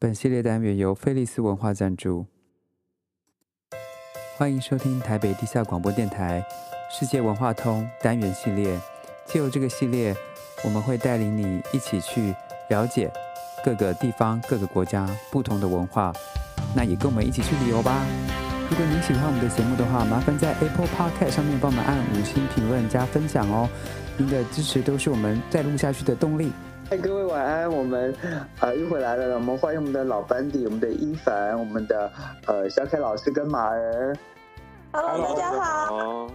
本系列单元由菲利斯文化赞助。欢迎收听台北地下广播电台《世界文化通》单元系列。借由这个系列，我们会带领你一起去了解各个地方、各个国家不同的文化。那也跟我们一起去旅游吧！如果您喜欢我们的节目的话，麻烦在 Apple Podcast 上面帮我们按五星评论加分享哦。您的支持都是我们再录下去的动力。嗨，哎各位晚安！我们呃又回来了，我们欢迎我们的老班底，我们的一凡，我们的呃小凯老师跟马儿。 Hello，大家好，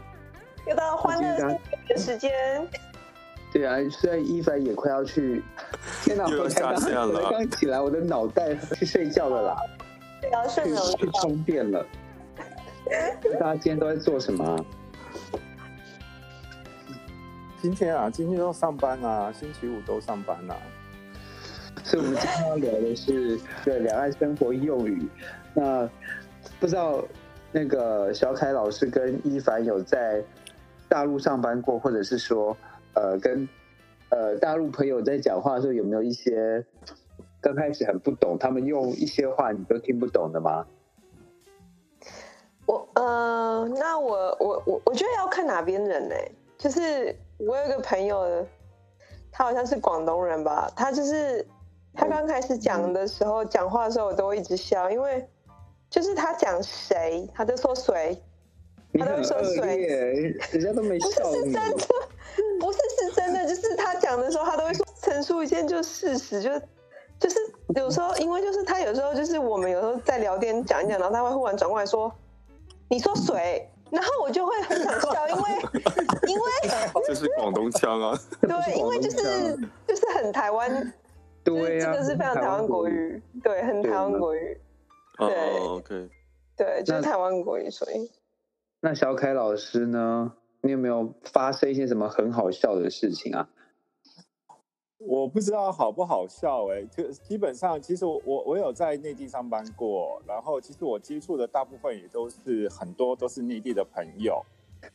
又到欢乐星期五的时间，对啊，虽然一凡也快要去，天哪，又要我才刚下线了我才刚起来，我的脑袋去睡觉了啦，对啊，睡去美去了。充电了。大家今天都在做什么啊？今天啊，今天要上班啊，星期五都上班啊。所以我们今天要聊的是对两岸生活用语。那不知道那个小凯老师跟一凡有在大陆上班过，或者是说呃跟呃大陆朋友在讲话的时候，有没有一些刚开始很不懂，他们用一些话你都听不懂的吗？我呃，那我我我我觉得要看哪边人呢、就是我有一个朋友，他好像是广东人吧，他就是他刚开始讲的时候，讲话的时候我都会一直笑，因为就是他讲谁，他就说谁，你他很都说恶水 劣，人家都没不是笑是你真。的，不是是真的，就是他讲的时候，他都会说陈述一件就是事实，就就是有时候，因为就是他有时候就是我们有时候在聊天讲一讲，然后他会忽然转过来说：“你说水。”然后我就会很想笑，因为因为这是广东腔啊，对，因为就这样是就是很台湾，就是对啊这呀、个是非常台湾国。语，对，很台湾国语，哦对，OK，对，就那是台湾国语，所以那小凯老师呢？你有没有发生一些什么很好笑的事情啊？我不知道好不好笑哎、就基本上，其实我我我有在内地上班过，然后其实我接触的大部分也都是很多都是内地的朋友，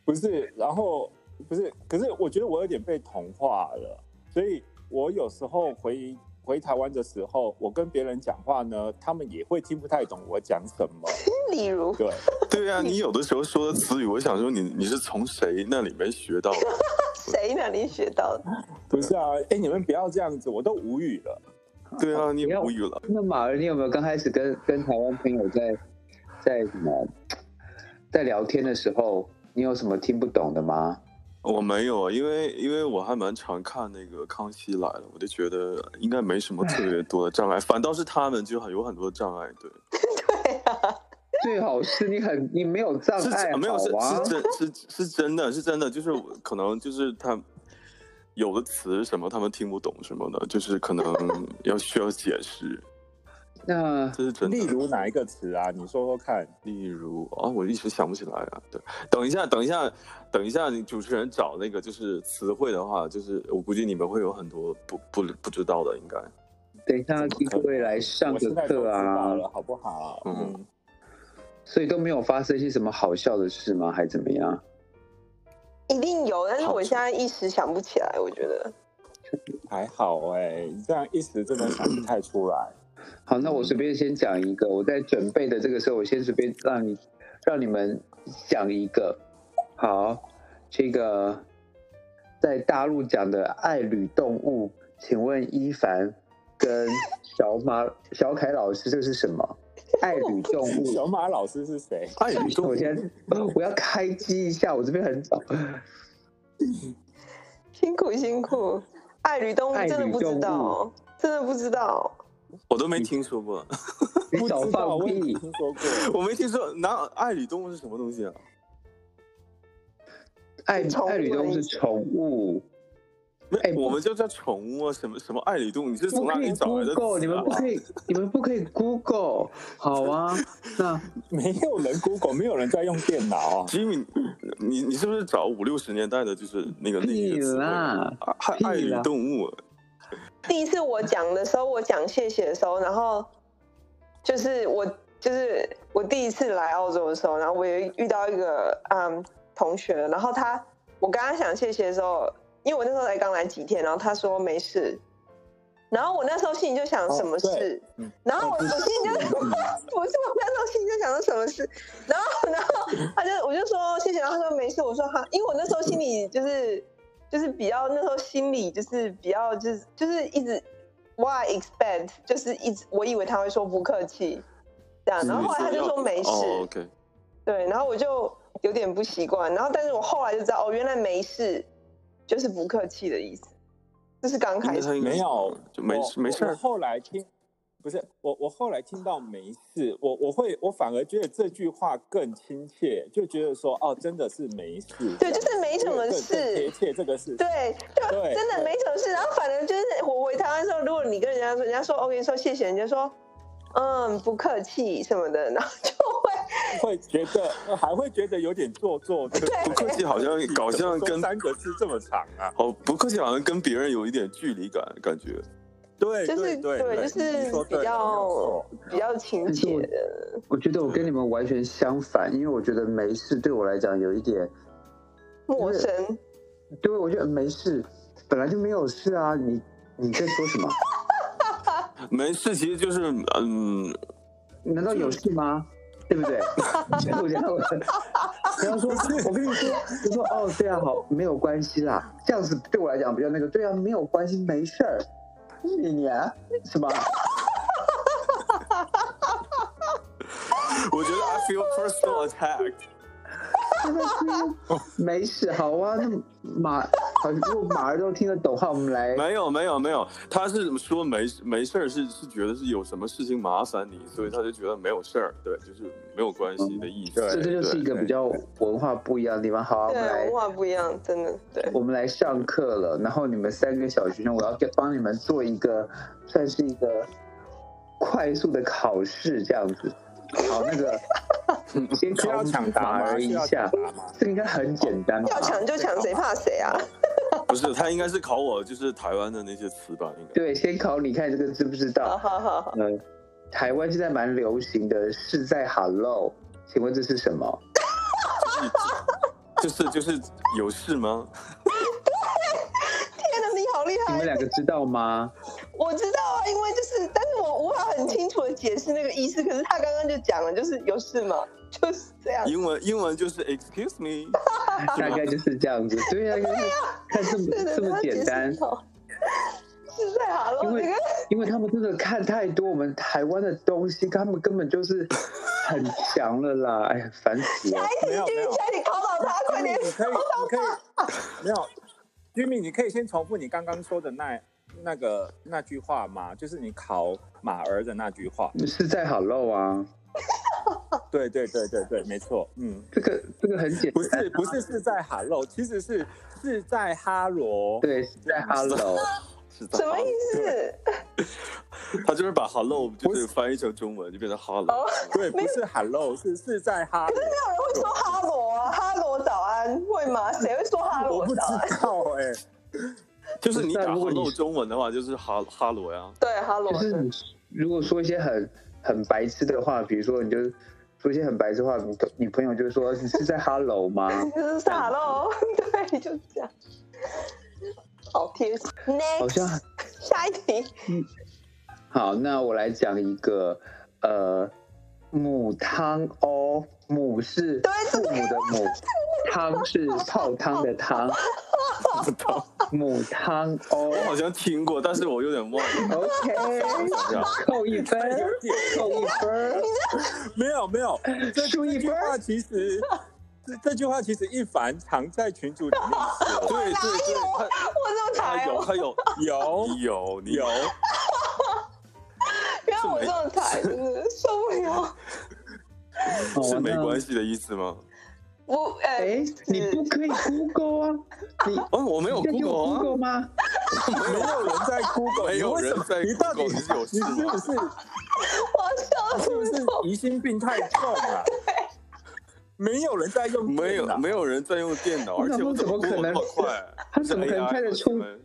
不是，然后不是，可是我觉得我有点被同化了，所以我有时候回回台湾的时候，我跟别人讲话呢，他们也会听不太懂我讲什么，例如 对。对啊，你有的时候说的词语，我想说你你是从谁那里面学到的？谁哪里学到的？不是啊，哎，你们不要这样子，我都无语了。对啊，你也无语了。那马儿，你有没有刚开始跟跟台湾朋友在在什么在聊天的时候，你有什么听不懂的吗？我没有啊，因为因为我还蛮常看那个《康熙来了》，我就觉得应该没什么特别多的障碍，反倒是他们就很有很多障碍。对，对啊。最好是你很你没有障是碍，真没有是好啊 是。真是是真的是真的，就是我可能就是他有的词什么他们听不懂什么的，就是可能要需要解释，那这是真的。例如哪一个词啊？你说说看。例如啊、我一时想不起来啊。对，等一下，等一下，等一下，你主持人找那个就是词汇的话，就是我估计你们会有很多不不不知道的，应该。等一下各位来上我个现在都课知道啊，了，好不好？嗯嗯，所以都没有发生一些什么好笑的事吗？还怎么样？一定有，但是好我现在一时想不起来。我觉得还好哎、你这样一时真的想不太出来。好，那我随便先讲一个。我在准备的这个时候，我先随便让你让你们讲一个。好，这个在大陆讲的爱侣动物，请问一凡跟小马小凯老师，这是什么？爱侣动物。小马老师是谁？爱语我先，我要开机一下，我这边很早。辛苦辛苦，爱侣动物爱真的侣不动知物道，真的不知道。我都没听说过，嗯你不少知道，放我也没屁！听说过。 我没听说。哪有爱侣动物是什么东西啊？爱宠物爱侣动物是宠物，没哎我们就叫宠物啊，什么什么爱侣动物，你是不从哪可以里找来的、 Google，你们不啊？。可以，你们不可以 Google。好啊，那没有人 Google，没有人在用电脑 Jimmy，你你是不是找五六十年代的，就是那个那屁个词汇啊？啦！爱爱屁侣啦动物，啊第一次我讲的时候，我讲谢谢的时候，然后就是我嗯就是我第一次来澳洲的时候，然后我也遇到一个嗯同学，然后他我跟他讲谢谢的时候，因为我那时候才刚来几天，然后他说没事，然后我那时候心里就想什么事，嗯然后我我心里就我是我那时候心里就想说什么事，然后然后他就我就说谢谢，然后他说没事，我说哈，因为我那时候心里就是就是比较那时候心里就是比较就是就是一直 why expect 就是一直我以为他会说不客气这样，然后后来他就说没事，哦，OK，对，然后我就有点不习惯，然后但是我后来就知道哦，原来没事就是不客气的意思，这是刚应开该始他应该没有就没我没事我 儿我，后来听，不是我，我后来听到没事，我我会，我反而觉得这句话更亲切，就觉得说，哦，真的是没事。对，就是没什么更更贴事。切这个事。对，就对真的没什么事。然后反正就是我回台湾的时候，如果你跟人家说，人家说 OK 说谢谢，人家说嗯不客气什么的，然后就会会觉得呃还会觉得有点做作，对不客气好像搞 像跟三个字这么长啊。哦不客气，好像跟别人有一点距离感，感觉对就是对对就你说是对比没有较错嗯比较亲切的。我觉得我跟你们完全相反，因为我觉得没事对我来讲有一点，陌生，对我觉得没事，本来就没有事啊，你你在说什么？没事，其实就是嗯，难道有事吗？对不对？ 我觉得我，然后说，我跟你说，我说哦，对啊，好，没有关系啦，这样子对我来讲比较那个，对啊，没有关系，没事儿，你娘什么？啊我觉得 I feel personal attacked。真的是没事，好啊，那马，好，如果马儿都听得懂的话，我们来没有没有没有，他是说没没事儿，是是觉得是有什么事情麻烦你，所以他就觉得没有事儿，对，就是没有关系的意思。这嗯这就是一个比较文化不一样的地方。好、啊，我对们文来化不一样，真的对。我们来上课了。然后你们三个小学生，我要给帮你们做一个算是一个快速的考试这样子。好，那 个先考需要抢答马吗儿一需要下抢答吗，这个应该很简单吧要？抢就抢，谁怕谁啊？对不是他应该是考我，就是台湾的那些词吧，应该。对，先考你看这个知不知好道？好好好，嗯，台湾现在蛮流行的是在 Hello，请问这是什么？就是就是有事吗？天啊哪，你好厉你害们！两个知道吗？我知道啊，因为就是，但是我无法很清楚的解释那个意思。可是他刚刚就讲了，就是有事吗？就是这样。英文英文就是 Excuse me， 大概就是这样子。对呀、就是看这对么的这么简单。是在哈喽，因为你看因为他们真的看太多我们台湾的东西，他们根本就是很强了啦，哎呀，烦死了！没有继续没有下，你考倒他，快你点！可以你可以没有，Jimmy，你可以先重复你刚刚说的那那个那句话吗？就是你考马儿的那句话。是在好漏啊，对对对对对，没错，嗯，这个这个很简不单是，不是是在 Hello，其实是是在哈罗。对，是在 hello，是什么意思？思？他就是把 hello 就不是是翻译成中文就变成哦 hello，对，不是 Hello，是是在哈罗。没有人会说哈罗啊，哈罗早安会吗？谁会说哈我罗不知早安？道哎、 就是你打如果你 hello 中文的话就是哈哈罗呀。对，哈罗就。是你如果说一些很很白痴的话，比如说你就说一些很白痴的话，你你朋友就说你是在 hello 吗？就是傻喽，对，就这样，好贴心。好 Next，像下一题，好，那我来讲一个，呃，母汤哦，母是父母的母，汤是泡汤的 汤，母汤哦我好像听过，但是我有点忘了。哦，OK，扣一分，扣一分，没有没有，这输一这句分话其实这这句话其实一凡常在群组里面说，对对对，他我这么他抬有哦，他有 有有你有，不要我这么抬，真的受不了。哦是没关系。系的意思吗？我哎哎，，你不可以 Google 啊，你哦，我没有你有 Google 啊 Google 吗？没有人在 Google，没有人在你到底 Google，你是有事你吗是不是我笑是 不死是我，疑心病太重啊？没有人在用电脑没有，没有人在用电脑，我而想且说我怎么可能那么快？ 他怎么可能是 AI 看得出吗你们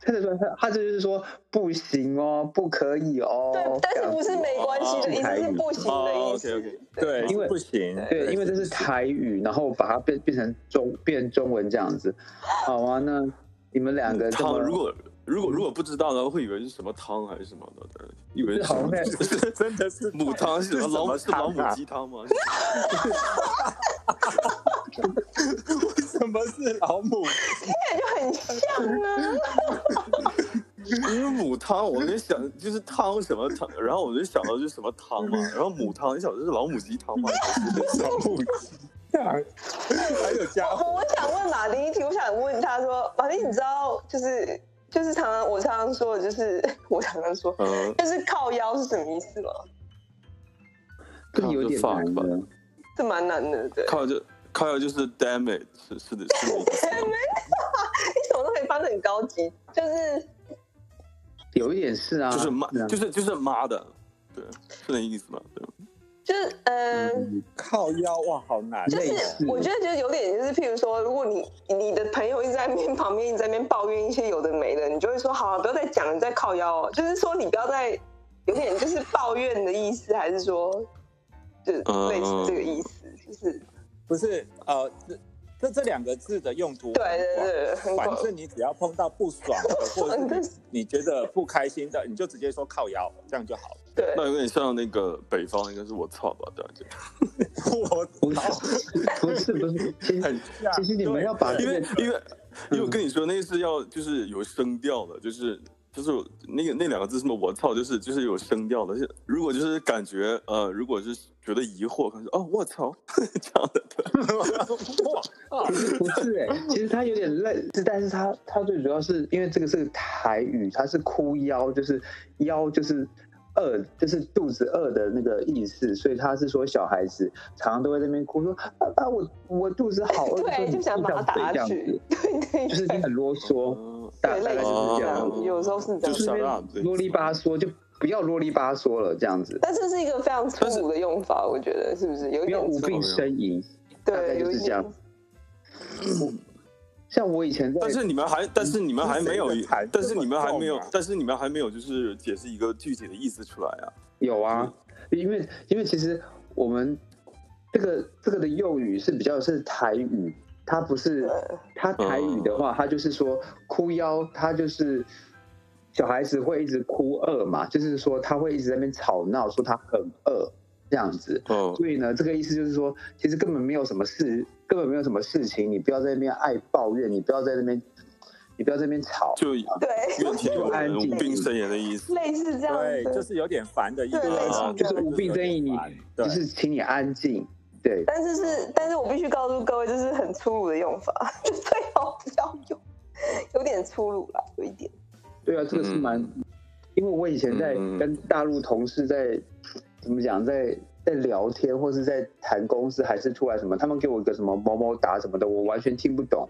他就说他他就是说不行哦，不可以哦，对，但这是样不是没关系的意思，是不行的哦意，OK 思。 OK，对，因为不行，对，因为这是台语，然后把它 变变成中变中文这样子，好啊，那你们两个这汤么嗯如果如果如果不知道的话，会以为是什么汤还是什么的，以为是什么好像真的是母汤是什么是老什么是汤啊老母鸡汤吗？什么是老母？ 就很像啊。因为母汤，我就想就是汤什么汤，然后我就想到就是什么汤嘛，然后母汤，你想这是老母鸡汤 吗？老母鸡汤，还有 家伙我我想问马丁一题，我想问他说，马丁，你知道就是就是常常我常常说的就是我常常说嗯，就是靠腰是什么意思吗？这有点靠难着 fuck 吧的。这蛮难的，对。靠就靠就就是 damn it，是是的，是的意思吗。你什么都可以翻的很高级，就是有一点是 啊，就是妈啊，就是就是妈的，对，是那意思吗？对，就是嗯。嗯靠腰哇，好难就类是似我觉得就是有点就是，譬如说，如果你你的朋友一直在那边旁边一直在那边抱怨一些有的没的，你就会说好、啊不要再讲了，你再靠腰、哦，就是说你不要再有点就是抱怨的意思，还是说就是嗯类似这个意思，就是不是呃，这这这两个字的用途很对广，对对，很反广，正你只要碰到不爽 的，或者是你你觉得不开心的，你就直接说靠腰，这样就好了。对 那有点像那个北方，应该是我操吧，对，啊就我不是 不是不是，其实 很其实你们要把这因为个因为因为我跟你说，那是要就是有声调的，就是就是那个那两个字什么我操，就是就是有声调的。是如果就是感觉呃，如果是觉得疑惑，可能是哦我操这样的，其实 不是哎、其实它有点类似，但是它它最主要是因为这个是台语，它是哭腰，就是腰就是饿，就是肚子饿的那个意思，所以他是说小孩子常常都会在那边哭说爸爸我我肚子好饿，对，就想把他打下去，，对对就，是你很啰嗦，嗯哦大哦对大概就类是似这这样样子，，有时候是这就样就是是哦子。想让啰里吧嗦，就不要啰里吧嗦了这样子，但这是一个非常粗鲁的用法，我觉得是不是有一不要点无病呻吟。大概对，就有是一这样点像我以前在但是你们还，但是你们还没有这是谁的台，但是你们还这没有么重啊，但是你们还没有，就是解释一个具体的意思出来啊。有啊，因为因为其实我们这个这个的用语是比较是台语，它不是对它台语的嗯话，它就是说哭腰，它就是小孩子会一直哭饿嘛，就是说他会一直在那边吵闹，说他很饿这样子。嗯，所以呢，这个意思就是说，其实根本没有什么事，根本没有什么事情，你不要在那边爱抱怨，你不要在那边，你不要在那边吵。就怨对。 天尤人、无病呻吟的意思。类似这样对，子，就是有点烦的意思对类似啊，这样就是无病呻吟你对就是请你安静。对，但是是，但是我必须告诉各位，这是很粗鲁的用法， 就最好不要用，有点粗鲁啦，有一点。对啊，这个是蛮，因为我以前在嗯跟大陆同事在怎么讲，在在聊天，或是在谈公司，还是出来什么，他们给我一个什么么么哒什么的，我完全听不懂。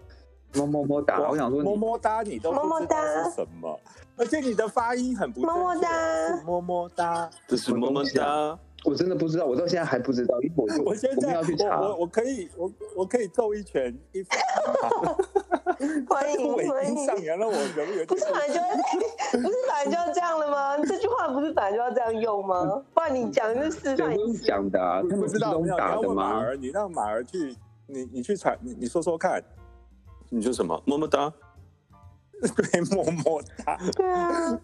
么么么哒，啊我想说么你么哒，你都不知道是什么，而且你的发音很不正确么么哒是么么哒。这是么么哒，我真的不知道，我到现在还不知道，因为我就 我现们在要去我查我，我可以我我可以揍一拳 一发，欢迎尾欢音迎，上扬让我容易有不点是本来就要， 不是本来就要这样了吗？这句话不是本来就要这样用吗？不然你讲就是示谁范会一用次。讲的啊？他们不不知是道用没有？你打要的问马吗？儿，你让马儿去，你你去传，你你说说看， 你说什么？么么哒，对，么么哒，对啊，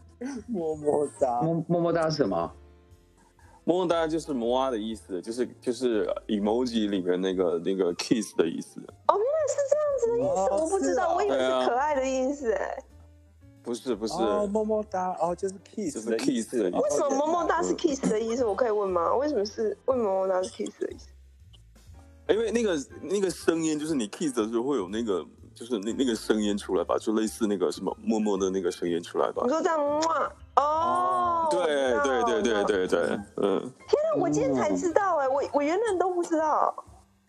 么么哒，么么么哒是什么？么么哒就是么啊的意思，就是就是 emoji 里面那个那个 kiss 的意思，哦，原来是这样子的意思，哦我不知道，是哦我以为对是啊可爱的意思哎。不是不是，哦，么么哒，哦，就是 kiss 就是的意 kiss 思的意思为什么么么哒是嗯 kiss 的意思？我可以问吗？为什么是为什么么么哒是 kiss 的意思？因为那个那个声音就是你 kiss 的时候会有那个就是那那个声音出来吧，就类似那个什么么么的那个声音出来吧你。说这样哇哦，我知对道对对对。对对，嗯，但我今天才知道哎、我我原本都不知道。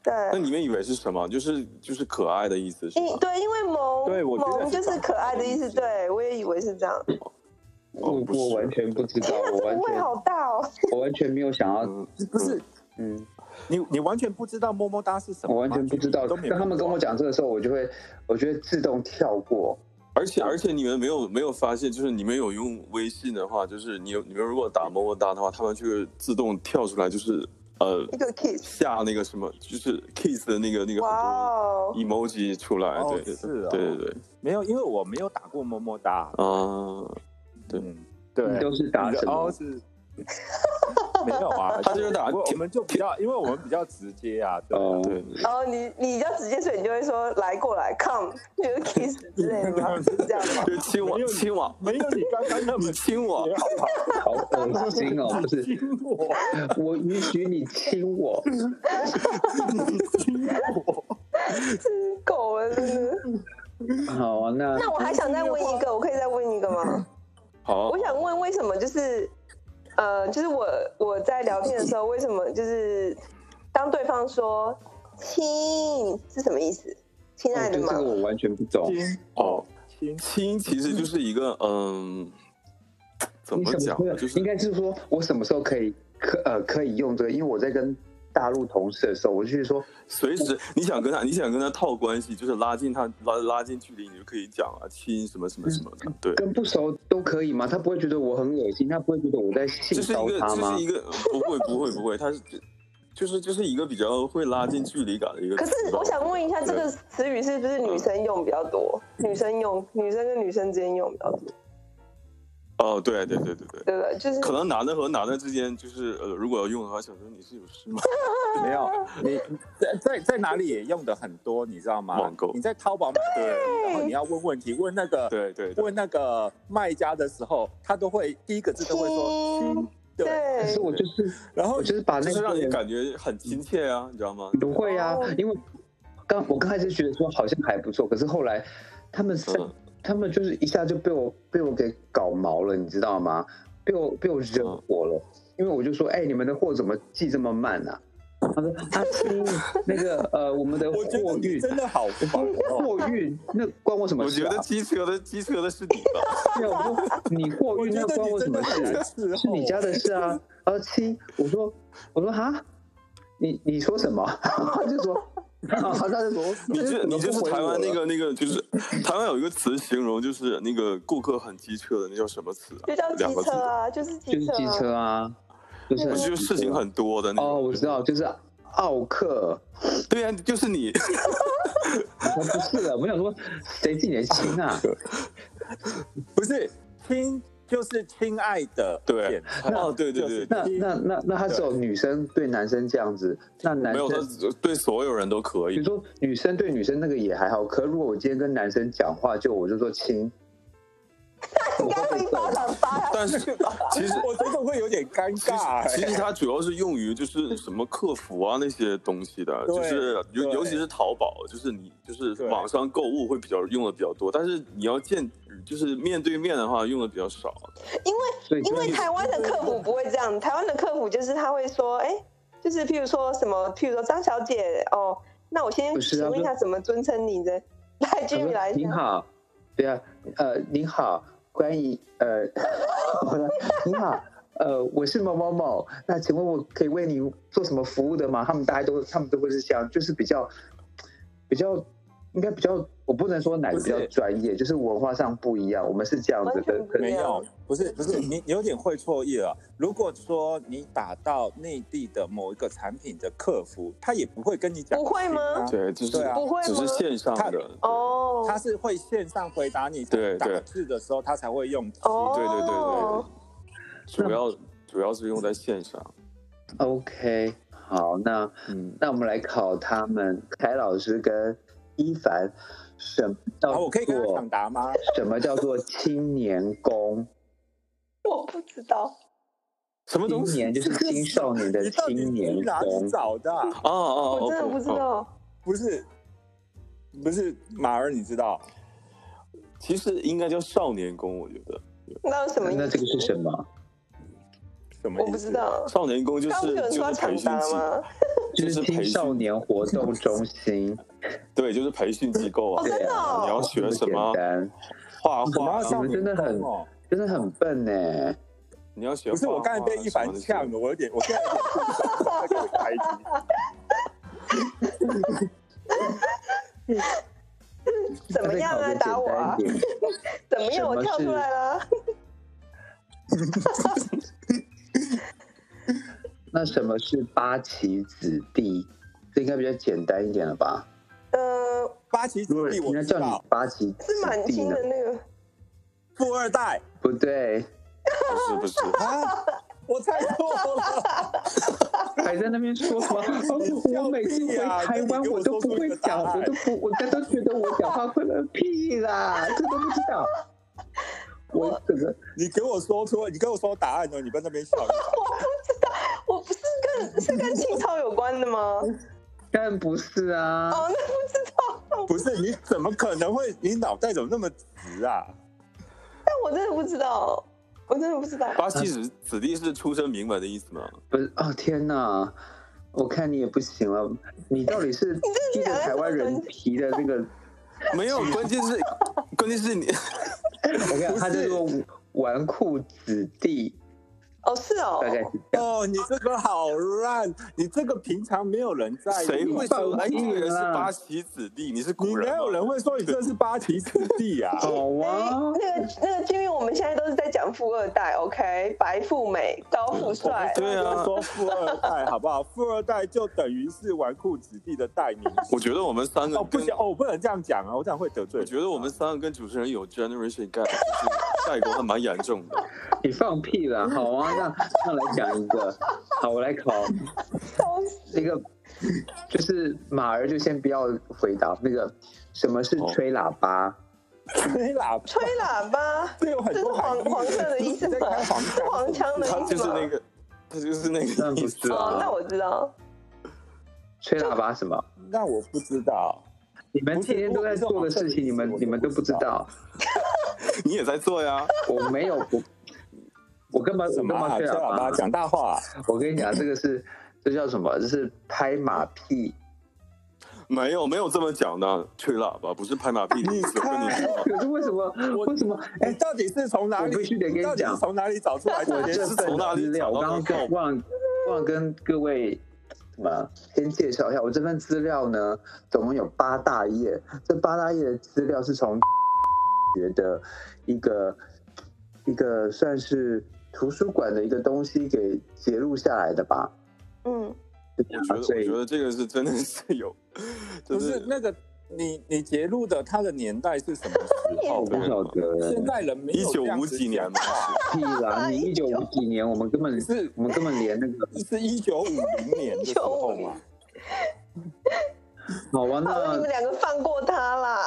对，那你们以为是什么？就是就是可爱的意思是因吧？哎对，因为萌对我觉得是萌就是可爱的意思，对我也以为是这样。我哦不是我完全不知道天，哪，我这完个胃全好大哦！我完全没有想要，嗯，不是嗯，你你完全不知道么么哒是什么吗，我完全不知道。都没有当他们啊跟我讲这个时候，我就会我就会自动跳过。而且而且你们没有没有发现，就是你们有用微信的话，就是你有你们如果打么么哒的话，他们就会自动跳出来，就是呃一个 kiss，下那个什么，就是 kiss 的那个那个哇很哦，多 emoji 出来，哦对对是对哦对对，没有，因为我没有打过么么哒。啊，对嗯，对，你都是打你什的么哦？是，没有啊，他就是打我我们就比较，因为我们比较直接啊，对啊哦，对，然后你你要直接所以你就会说来过来 come，就是 kiss 之类的吗？是这样吗？ 就是亲我没有亲我，没有你刚刚 那么你亲我直接，好吧？好恶心哦！不 是，亲我，我允许你亲我，亲我，真狗了，真是。好啊，那 那我还想再问一个，我可以再问一个吗？好我，想问为什么就是，呃，就是我我在聊天的时候，为什么就是当对方说“亲”是什么意思？亲爱哦的对这个吗？我完全不懂。亲哦，亲，亲其实就是一个嗯，怎你么什讲时呢？候就是应该是说，我什么时候可以可呃可以用这个？因为我在跟大陆同事的时候，我就是说，随时你想跟他，你想跟他套关系，就是拉近他拉拉近距离，你就可以讲啊，亲什么什么什么的，对。跟不熟都可以吗？他不会觉得我很恶心，他不会觉得我在性这是一骚个，他这吗是一？个，不会，不会，不会，他是，就是就是一个比较会拉近距离感的一个可词吧。是我想问一下，这个词语是不是女生用比较多？女生用，女生跟女生之间用比较多，哦，对对对对对，对不对？就是可能男的和男的之间，就是呃，如果要用的话，想说你是有事吗？ 没有你在在在哪里也用的很多，你知道吗？网购你在淘宝买，对，然后你要问问题，问那个，对对对，问那个卖家的时候，他都会第一个字都会说亲亲，对，可对是，我就是然后我就是把就那是个让你人感觉很亲切啊，你知道吗？不会啊哦，因为刚我刚开始觉得说好像还不错，可是后来他们三、嗯他们就是一下就被我被我给搞毛了，你知道吗？被我被我惹火了，因为我就说，哎、你们的货怎么寄这么慢啊？他说啊，亲，那 个呃，我们的我觉货得你运。真的好烦哦。货运那关我什么我事、觉啊？得机车的机车的是你吧？对啊，我说你货我运觉那得关你我什真么的很事啊难？伺候，是你家的事啊。他说亲，我说我说哈，你你说什么？ 他就说， 然后他就说，你这就怎么你就是不回台我湾那了个那个，就是台湾有一个词形容，就是那个顾客很机车的，那叫什么词啊？就叫两机个字车的，啊，就是就是机车机啊。车啊，就是很就是事情很多的那种。哦，我知道，就是奥克，对呀、就是你。我说不是的，我想说谁记你的心啊？不是亲就是亲爱的对简称，哦，对对对，那那那那他只有女生对男生这样子，那男没有，生他对所有人都 可比如以。说女生对女生那个也还好，可如果我今天跟男生讲话，就我就说亲，应该会一巴掌扒他。但是其实我觉得会有点尴其实尬、哎其实它主要是用于就是什么客服啊那些东西的，对就是尤对尤其是淘宝，就是你就是对网上购物会比较用的比较多，但是你要见就是面对面的话用的比较少。啊因为所以因就为台湾的客服不会这样，台湾的客服就是他会说，哎、就是譬如说什么，譬如说张小姐哦，那我先不是啊请问一下怎么尊称你的？ 来他说，Jimmy 来一您下，好，对啊，呃，您好，关于呃， 我说您好。呃，我是某某某，那请问我可以为您做什么服务的吗？他们大家都他们都会是这样，就是比较比较，应该比较，我不能说哪个不比是较专业，就是文化上不一样，我们是这样子完的全，可不一没能样有，不是不是，你你有点会错意了。如果说你打到内地的某一个产品的客服，他也不会跟你讲、不会吗啊？对，就是对啊不会吗只是线上它的。哦，他是会线上回答你，对打对字的时候他才会用。哦，对对对对，主要主要是用在线上。 OK，好，那嗯，那我们来考他们凯老师跟一凡，什么哦叫好，做啊我可以跟他抢答吗？什么叫做青年工？我不知道，什么青东西？年就是青少年的你到底青年去哪里工。找的啊？哦哦，嗯我真的 OK，不知哦道。不是，不是马儿，你知道？其实应该叫少年宫，我觉得那有什么意那这思？个是什么？什么意我思？不知道。少年宫就刚不是是有人就说要是抢培训答机，吗？就是青培少训，年活动中 心。对，就是培训机构啊哦，。真的你哦，要学什这么么简单，画什么画要啊？上你们真的很民工哦真的很笨呢。你要学画画啊。不是，我刚才被一凡什么呛的。了，我有点，我现在有点不爽，这个开机。怎么样啊？打我啊再考？个简单一点啊怎么样？我跳出来了。那什么是八旗子弟？这应该比较简单一点了吧？呃，八旗子如果弟人我家知叫道你，八旗子是满弟清呢的？那个，富二代，不对，不是不是， 啊，我猜错了。还在那边说什么？我每次回台湾我都不会讲，我都不，我刚都觉得我讲话混了屁啦，这都不知道。我整个你给我说出，你给我说答案哦，你不要在那边笑。我不是跟是跟清朝有关的吗？当然不是 啊，哦，那不知道，不是，你怎么可能会？你脑袋怎么那么直啊？但 我真的不知道，我真的不知道。八旗子子弟是出身名门的意思吗？不是哦，天哪！我看你也不行了，你到底 是披着台湾人皮的那个？没有，关键是关键是你我看他这个纨绔子弟，哦，是哦大，概 是这样。哦，你这个好烂，你这个平常没有人在意，谁你会说哎你这个人是啦？八旗子弟？你啊是你古没人吗？有人会说你这是八旗子弟啊哎好啊，那个那个金玉，我们现在都是在讲富二代，OK，白富美，高富帅， 对不要啊，说富二代好不好？富二代就等于是纨绔子弟的代名词。我觉得我们三个哦，不跟行，哦，我不能这样讲啊，我这样会得罪我人。觉得我们三个跟主持人有 generation gap，就是 代沟还蛮严重的。你放屁 啦！好啊，那那来讲一个，好，我来考笑死那个，就是马儿就先不要回答那个什么是吹喇叭，吹喇叭，吹喇 叭，这有很这是多黄含义黄色的意思在吗？开黄是黄腔的他意就思是吗？那个，他就是那当然个不意是思啊哦，那我知道，吹喇叭什么？那我不知道，你们天天都在做的事情，你们你们都不知道，你 也在做呀？我没有我我干嘛什我么干嘛啊？吹吹喇喇叭？叭讲大话啊，我跟你讲，这个是这叫什么？这是拍马屁。 没有没有这么讲的，吹喇叭不是拍马屁的意思。你我跟你看说，可是为什么为什么？你哎，到底是从哪里？我必须得跟你到底是讲从哪里找出来这我件这事是的？从资料？我刚刚忘了忘了跟各位什么先介绍一下，我这份资料呢，总共有八大页，这八大页的资料是从 学的一个一个算是图书馆的一个东西给截录下来的吧。嗯，我我觉得我觉得这个是真的是有，就不是是那个你你揭露的他的年代是什么时候哦不对的？晓现得代人没一有九这样五子几年讲吧。屁啦！你一九五几年，我们根本是我们根本连那 个是一九五零年的时候嘛？好啊，好了，你那们两个放过他啦，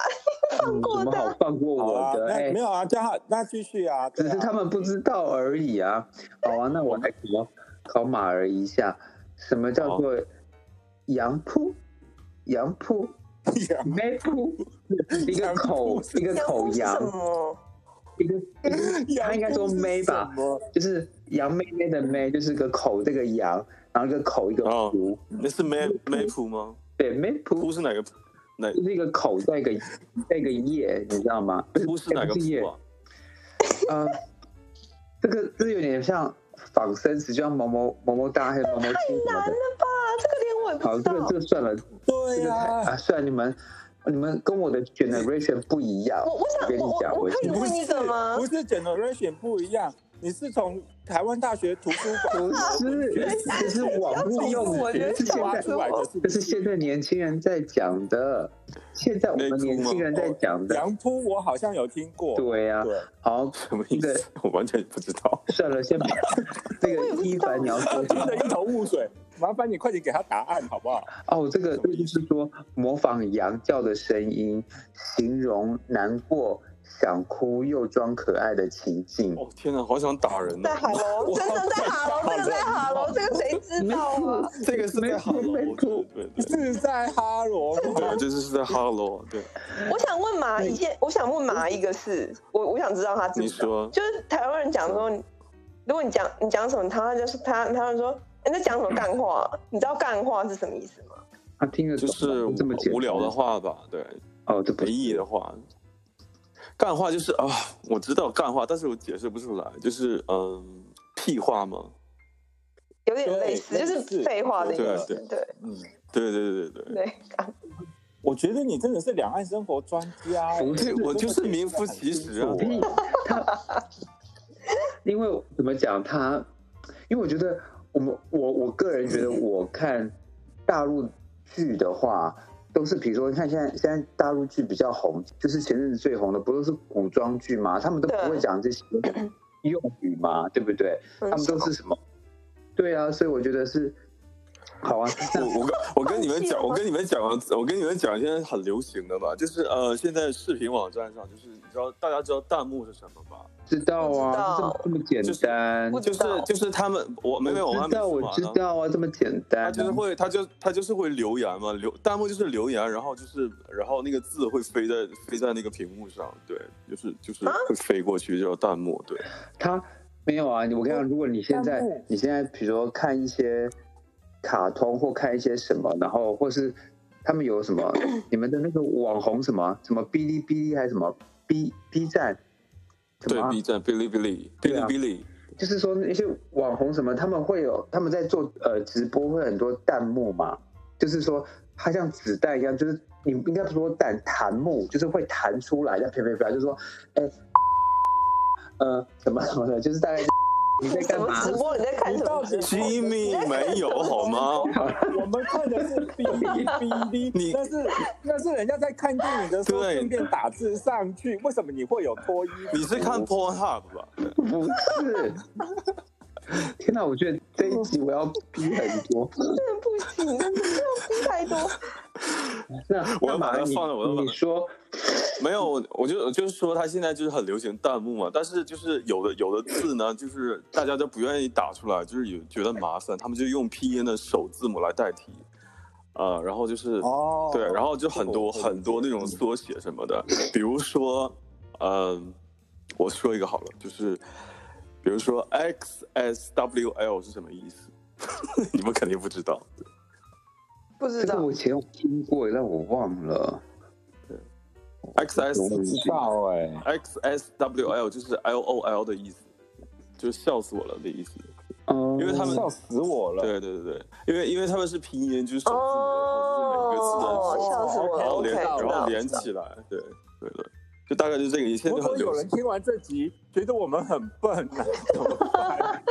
嗯过怎么好放过好啊我，的？那哎没，有啊，叫他那继续啊。对只啊是 他们不知道而已啊。好啊，那我来考考马儿一下，什么叫做羊扑？羊扑没扑，一个口一个口是什羊，么？一个羊他应该说妹吧是什么就是羊妹妹的妹，就是个口这个羊，然后一个口一个哦扑，那是 map map 吗？对，没扑铺是哪个？哪就是一个口在一个在一个叶，你知道吗？铺是哪个不是叶铺啊？呃，这个这有点像仿生词，就像某某某某大还有某某亲什么难的。了吧？这个连我也不好，知这道个。这个算了，这对个太啊，啊，算了，你们你们跟我的 generation 不一样。我我想跟你我讲，我我可以是问一个吗不？是 generation 不一样，你是从台湾大学图书馆 不是，这是网络用不要语，是欺负现我挖在出来的，是这不是是？现在年轻人在讲的，现在我们年轻人在讲的。杨扑我好像有听过，对呀、啊，对，好，什么意思？我完全不知道。算了，先 把那个一凡你要说什听么？得一头雾水，麻烦你快点给他答案好不好？哦，这个什这个么意就思是说模仿羊叫的声音，形容难过、想哭又装可爱的情境。哦天哪，好想打人哦呢在！哈喽，真的在哈喽，这个在哈喽，这个谁知道啊？这个是在哈喽，没对错对对。是在哈罗吗对，这是是在哈喽。对，我想问马一件，我想问马嗯一个事，我我想知道他知你不知 道。说就是台湾人讲说，如果你讲你讲什么，他就是他他们说，哎，那讲什么干话？你知道干话是什么意思吗？他听得就懂吗是这么简单无聊的话吧？对，哦，这不没意义的话，干话就是啊，我知道干话，但是我解释不出来，就是嗯，屁话嘛。有点类似，对就是类似废话的意思。对对嗯，对对对对对，对，干我觉得你真的是两岸生活专家、不是我就是名副其实啊 屁，他因为怎么讲他，因为我觉得我们我我个人觉得，我看大陆剧的话，都是比如说，你看现在现在大陆剧比较红，就是前阵子最红的，不都是古装剧吗？他们都不会讲 这些用语嘛，对不对？很他们都少是什么？对啊，所以我觉得是好啊。那我我跟我跟你们讲，我跟你们讲，我跟你们讲，现在很流行的吧，就是呃，现在视频网站上，就是你知道大家知道弹幕是什么吧？知 道啊，就是我知道这么简就是单。不知就是道就是他们，我没有没有，我还知没道，说我完知呢道啊，这么简他单。啊就是会，他就他就是会留言嘛，留弹幕就是留言，然后就是然后那个字会飞在飞在那个屏幕上，对，就是就是啊会飞过去，叫弹幕，对，他没有啊，我跟你讲，如果你现在弹幕你现在比如说看一些卡通或看一些什么，然后或是他们有什么你们的那个网红什么什么哔哩哔哩还是什么 B B 站，什对么啊，B 站、哔哩哔哩、哔对哩啊哔 哩，就是说那些网红什么，他们会有他们在做呃直播，会有很多弹幕嘛，就是说它像子弹一样，就是你应该不说弹弹幕，就是会弹出来，像啪啪啪，就是说，哎、呃，什么什么的，就是大 概你在什干么嘛直？播？你在看什么？吉米你在看没有什么好吗？我们看的是哔哩哔哩，你但是那是人家在看电影的时候对顺便打字上去，为什么你会有脱衣服？你是看 Pornhub 吧？不是。 天哪，我觉得这一集我要逼很多。真的不行，真的不要逼太多。那我那要把马它你放了我要把它你说没有，我我就我就是说，他现在就是很流行弹幕嘛，但是就是有的有的字呢，就是大家都不愿意打出来，就是有觉得麻烦，他们就用拼音的首字母来代替，啊、然后就是哦，对，然后就很多这个我很多那种缩写什么的，比如说，嗯、我说一个好了，就是比如说 X S W L 是什么意思？ 你们肯定不知道。不知这道个，我以前有听过，但我忘了。 X S 我知道哎， X S W L 就是 L O L 的意思，就是笑死我了的意思。嗯，因为他们笑死我了。对对对对，因为因为他们是拼音，就是首字母，然哦后就是每个字笑死我了然后连 OK，然知道后连起来，对对对，就大概就这个，现在如就果很有流人行，听完这集觉得我们很笨、 啊，怎么办？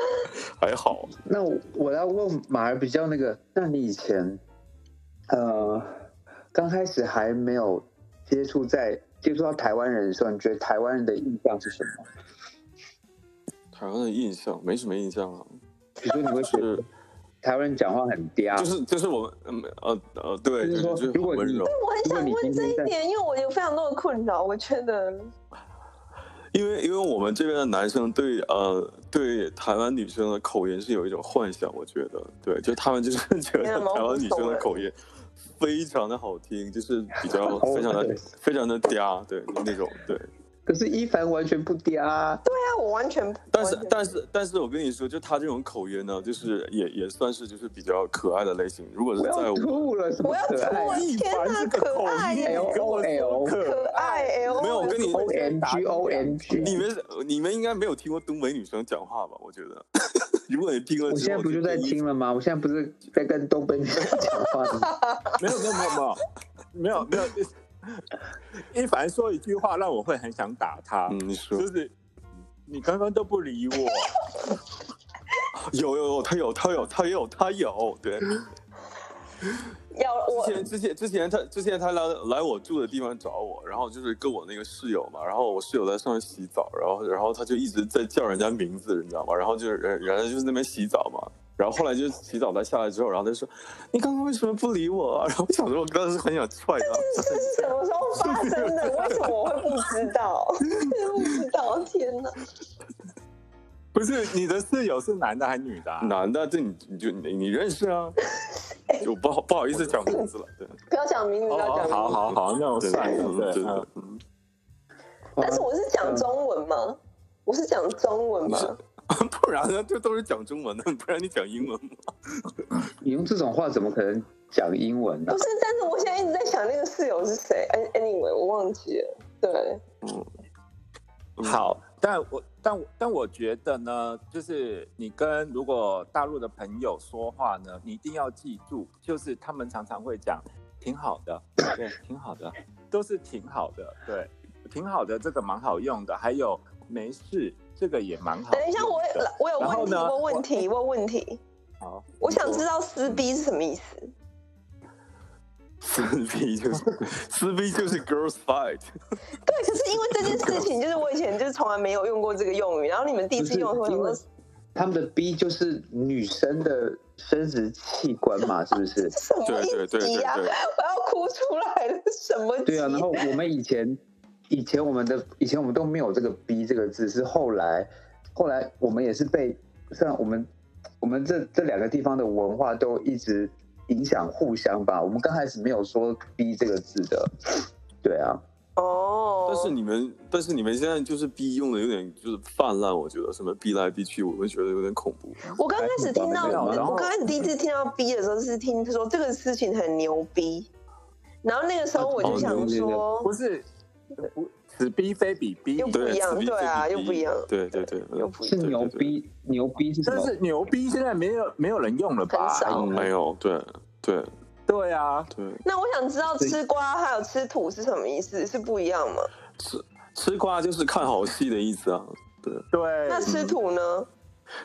还好。那我我要问马儿比较那个，那你以前呃刚开始还没有接触在接触到台湾人的时候，你觉得台湾人的印象是什么？台湾的印象没什么印象了，比如说你会觉就得是台湾人讲话很嗲，就是就是我们嗯呃呃对，啊就是对说对，就是如果很温你柔，我很想问这一点，因为我有非常多的困扰，我觉得哎因为因为我们这边的男生对呃对台湾女生的口音是有一种幻想，我觉得对，就他们就是觉天得啊毛台湾骨女生悚的然口音非常的好听，就是比较 哦非常的对非常的嗲，对那种对。可是伊凡完全不嗲啊，对啊，我完全不，但是完全但是但是我跟你说，就他这种口音呢，就是也也算是就是比较可爱的类型。如果是我在要我吐了，什么我要可爱吐了天凡哪这个可口爱音耶你跟哎我说 LOL 可可爱哎爱。 L 没有，我跟你？O M G O M 你 G！们你们应该没有听过东北女生讲话吧？我觉得， 如果你听了之后，我现在不就在你听了吗？我现在不是在跟东北女生讲话吗？没有没有没有没有没有没有。一凡说一句话让我会很想打他，嗯，你说就是你刚刚都不理我，有有有，他有他有他有他有，对，要我之前之前之前他之前他来来我住的地方找我，然后就是跟我那个室友嘛，然后我室友在上面洗澡，然后然后他就一直在叫人家名字，你知道吗？然后就是人人家就是那边洗澡嘛。然后后来就洗澡，他下来之后，然后他说：“你刚刚为什么不理我、啊？”然后我想说，我当时很想 踹他。这是什么时候发生的？为什么我会不知道？不知道，天哪！不是你的室友是男的还是女的、啊？男的，这你你就你你认识 啊？就不好不好意思讲名字了，对。不要讲名字，哦不要讲哦，名字。好好好，那我对算了，对对对嗯，嗯 但是我是讲中文吗？我是讲中文吗？ 不然呢？这都是讲中文的，不然你讲英文吗？你用这种话怎么可能讲英文呢不？是，但是我现在一直在想那个室友是谁。哎，anyway，我忘记了。对，嗯好，但我但我但我觉得呢，就是你跟如果大陆的朋友说话呢，你一定要记住，就是他们常常会讲挺好的，对，挺好的，都是挺好的，对，挺好的，这个蛮好用的，还有没事，这个也蛮好用的。等一下，我也我有然后问题，呢问问题，问问题。好，我想知道撕逼是什么意思。撕逼 就是撕逼就是 girls fight，对，可是因为这件事情，就是我以前就是从来没有用过这个用语，然后你们第一次用的时候，我想说他们的 B 就是女生的生殖器官 嘛，是不是？什么对对一对对集呀、对，我要哭出来了，什么集？对啊，然后我们以前以前我们的以前我们都没有这个 “b” 这个字，是后来后来我们也是被像我们我们这这两个地方的文化都一直影响互相吧。我们刚开始没有说 “b” 这个字的，对啊，哦，但是你们但是你们现在就是逼用的有点就是泛滥，我觉得什么逼来逼去，我们觉得有点恐怖。我刚开始听到，还挺棒的我刚开始第一次听到 B 的时候是听他说这个事情很牛逼，然后那个时候我就想不说，是不此逼非彼逼又，不对，一样撕逼对啊撕逼又不一样对对对，嗯又不一是样对牛逼牛逼是什但么？是牛逼现在没有没有人用了吧？很少嗯没有，对对对啊，对，那我想知道吃瓜还有吃土是什么意思，是不一样吗？吃吃瓜就是看好戏的意思啊，对，那吃土呢？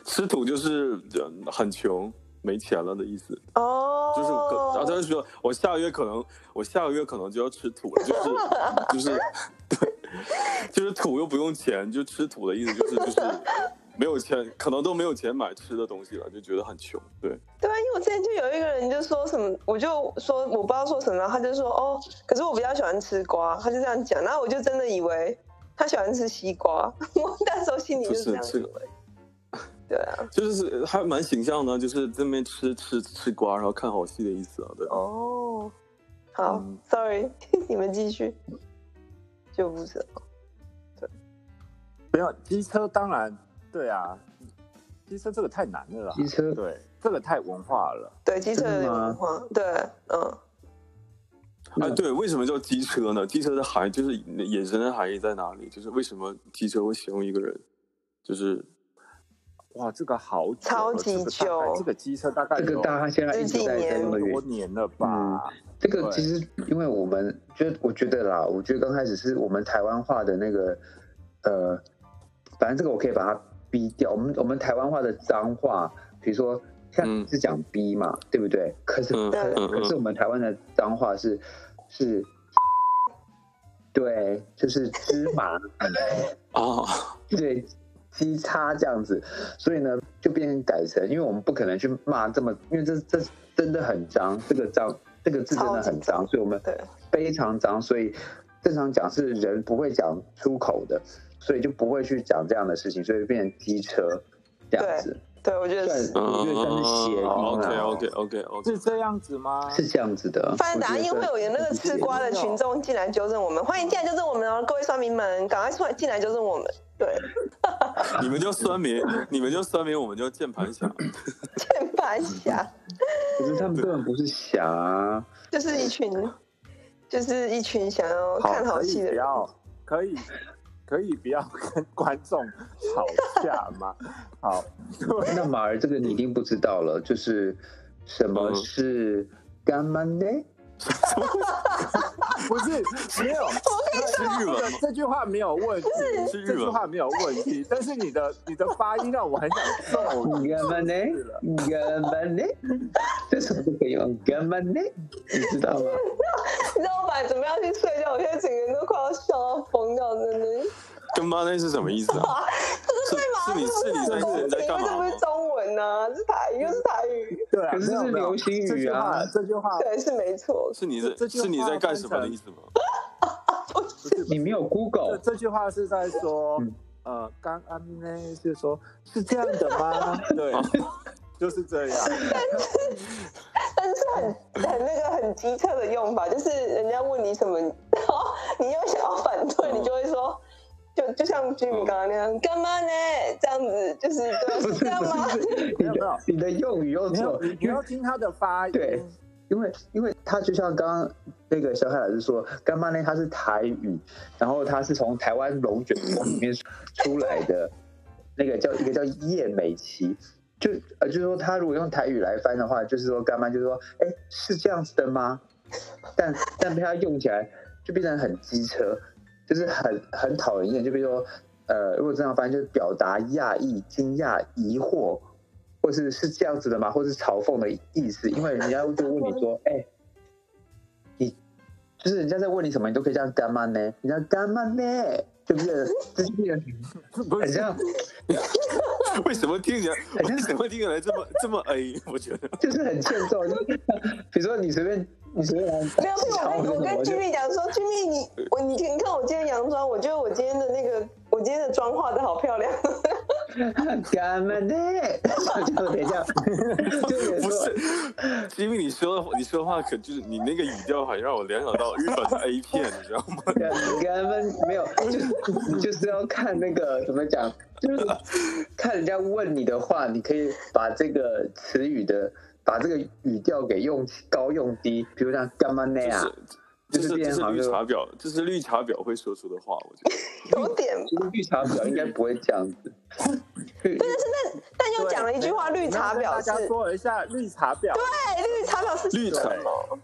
吃土就是呃很穷。没钱了的意思，哦，就是我可，然后他就哦说，我下个月可能，我下个月可能就要吃土了，就是就是，对，就是土又不用钱，就吃土的意思就是就是没有钱，可能都没有钱买吃的东西了，就觉得很穷，对，对啊，因为我之前就有一个人就说什么，我就说我不知道说什么，然后他就说哦，可是我比较喜欢吃瓜，他就这样讲，然后我就真的以为他喜欢吃西瓜， 我那时候心里就是这样以为。对啊，就是还蛮形象的，就是这边吃吃吃瓜，然后看好戏的意思啊，对，哦，好、s o r r y 你们继续，就不知道没有机车，当然对啊，机车这个太难了啦，机 车对，这个太文化了。对机车真的有吗文化，对，嗯，哎，嗯对，为什么叫机车呢？机车的含义就是引申的含义在哪里？就是为什么机车会形容一个人？就是哇，这个好久了，超级这个大概久这个机车大概这个有嗯大家现在一直在在用的很语多年了吧？这个对其实，嗯因为我们就我觉得啦，我觉得刚开始是我们台湾话的那个，呃，反正这个我可以把它逼掉。我们我们台湾话的脏话，比如说像嗯是讲逼嘛，对不对？可是、嗯可嗯可是嗯我们台湾的脏话是是，对，就是芝麻，啊，对，鸡叉这样子，所以呢就变成改成，因为我们不可能去骂这么，因为这这真的很脏，这个脏这个字真的很超级脏脏，所以我们对非常脏，所以正常讲是人不会讲出口的，所以就不会去讲这样的事情，所以变成机车这样子，对，我觉得是，嗯算我觉得算是谐音，OK 啦， OK OK OK，是这样子吗？是这样子的。反正答案因会有那个吃瓜的群众进来纠正我们，欢迎进来纠正我们哦，各位酸民们，赶快出来进来纠正我们，对，你们叫酸民，你们叫酸民，我们叫键盘侠。键盘侠可是他们根本不是侠啊，啊就是一群，就是一群想要看好戏可以的不人，要，可以， 可以不要跟观众吵架 吗？好，那马儿这个你一定不知道了，就是什么嗯是干嘛呢？不是没有，是日文吗？这句话没有问题，是日这句文话没有问 题，但是你的你的发音让我很想揍你。干嘛呢？干嘛呢？这首歌可以用干嘛呢？你知道吗？你知道我本来准备要去睡觉，我现在整个人都快要笑到疯掉，真的。跟妈那是什么意思啊？这对马是来你西亚是你是在很是公你在平，干为什么嘛是？中文呢、是台语，又是台语，对啊，可是没有是没有流行这语句啊话，这句话对，是没错。是你在是你在干什么的意思吗？你没有这 Google，这句话是在说哦嗯，呃，刚安呢是说，是这样的吗？对，哦就是这样。但是很很那个很机车的用法，就是人家问你什么， 然后你又想要反对，你就会说，就就像居民刚刚那样，干嘛呢？这样子就是不对，是这样吗不？是，没你有没有的你的用语又你要错，你要听他的发音，对因为因为他就像刚刚那个小凯老师说，干妈呢，它是台语，然后它是从台湾龙卷风里面出来的，那个叫一个叫叶美琪，就呃就是说他如果用台语来翻的话，就是说干妈就是说，哎是这样子的吗？但但被他用起来就变成很机车，就是很很讨人厌。就比如说呃，如果这样翻，就是表达讶异、惊讶、疑惑或是是这样子的吗？或是嘲讽的意思？因为人家就问你说，哎、你就是人家在问你什么，你都可以这样干嘛呢？人家干嘛呢？就变得就是变得 不很是像， 为什么听起来很像为什么听起来这么这么 A？我觉得就是很欠揍。就是比如说你随便你随便来没有，是嘲讽我跟什我么跟我就 Jimmy 讲说，Jimmy 你我你你看我今天洋装，我觉得我今天的那个我今天的妆化的好漂亮。 干嘛呢？ 就等一下，就有点不说。是，是因为你说的你说的话，可就是你那个语调，好像让我联想到日本的 A 片，你知道吗？对，他们没有，就是你就是要看那个怎么讲，就是看人家问你的话，你可以把这个词语的把这个语调给用高用低，比如像干嘛呢就啊是，就就是是就变是好绿就茶婊，这是绿茶婊会说出的话，我觉得。有点，其实绿茶婊应该不会这样子。对但是但但又讲了一句话，绿茶婊大是家，说一下绿茶婊，哎，绿茶婊是绿茶什么？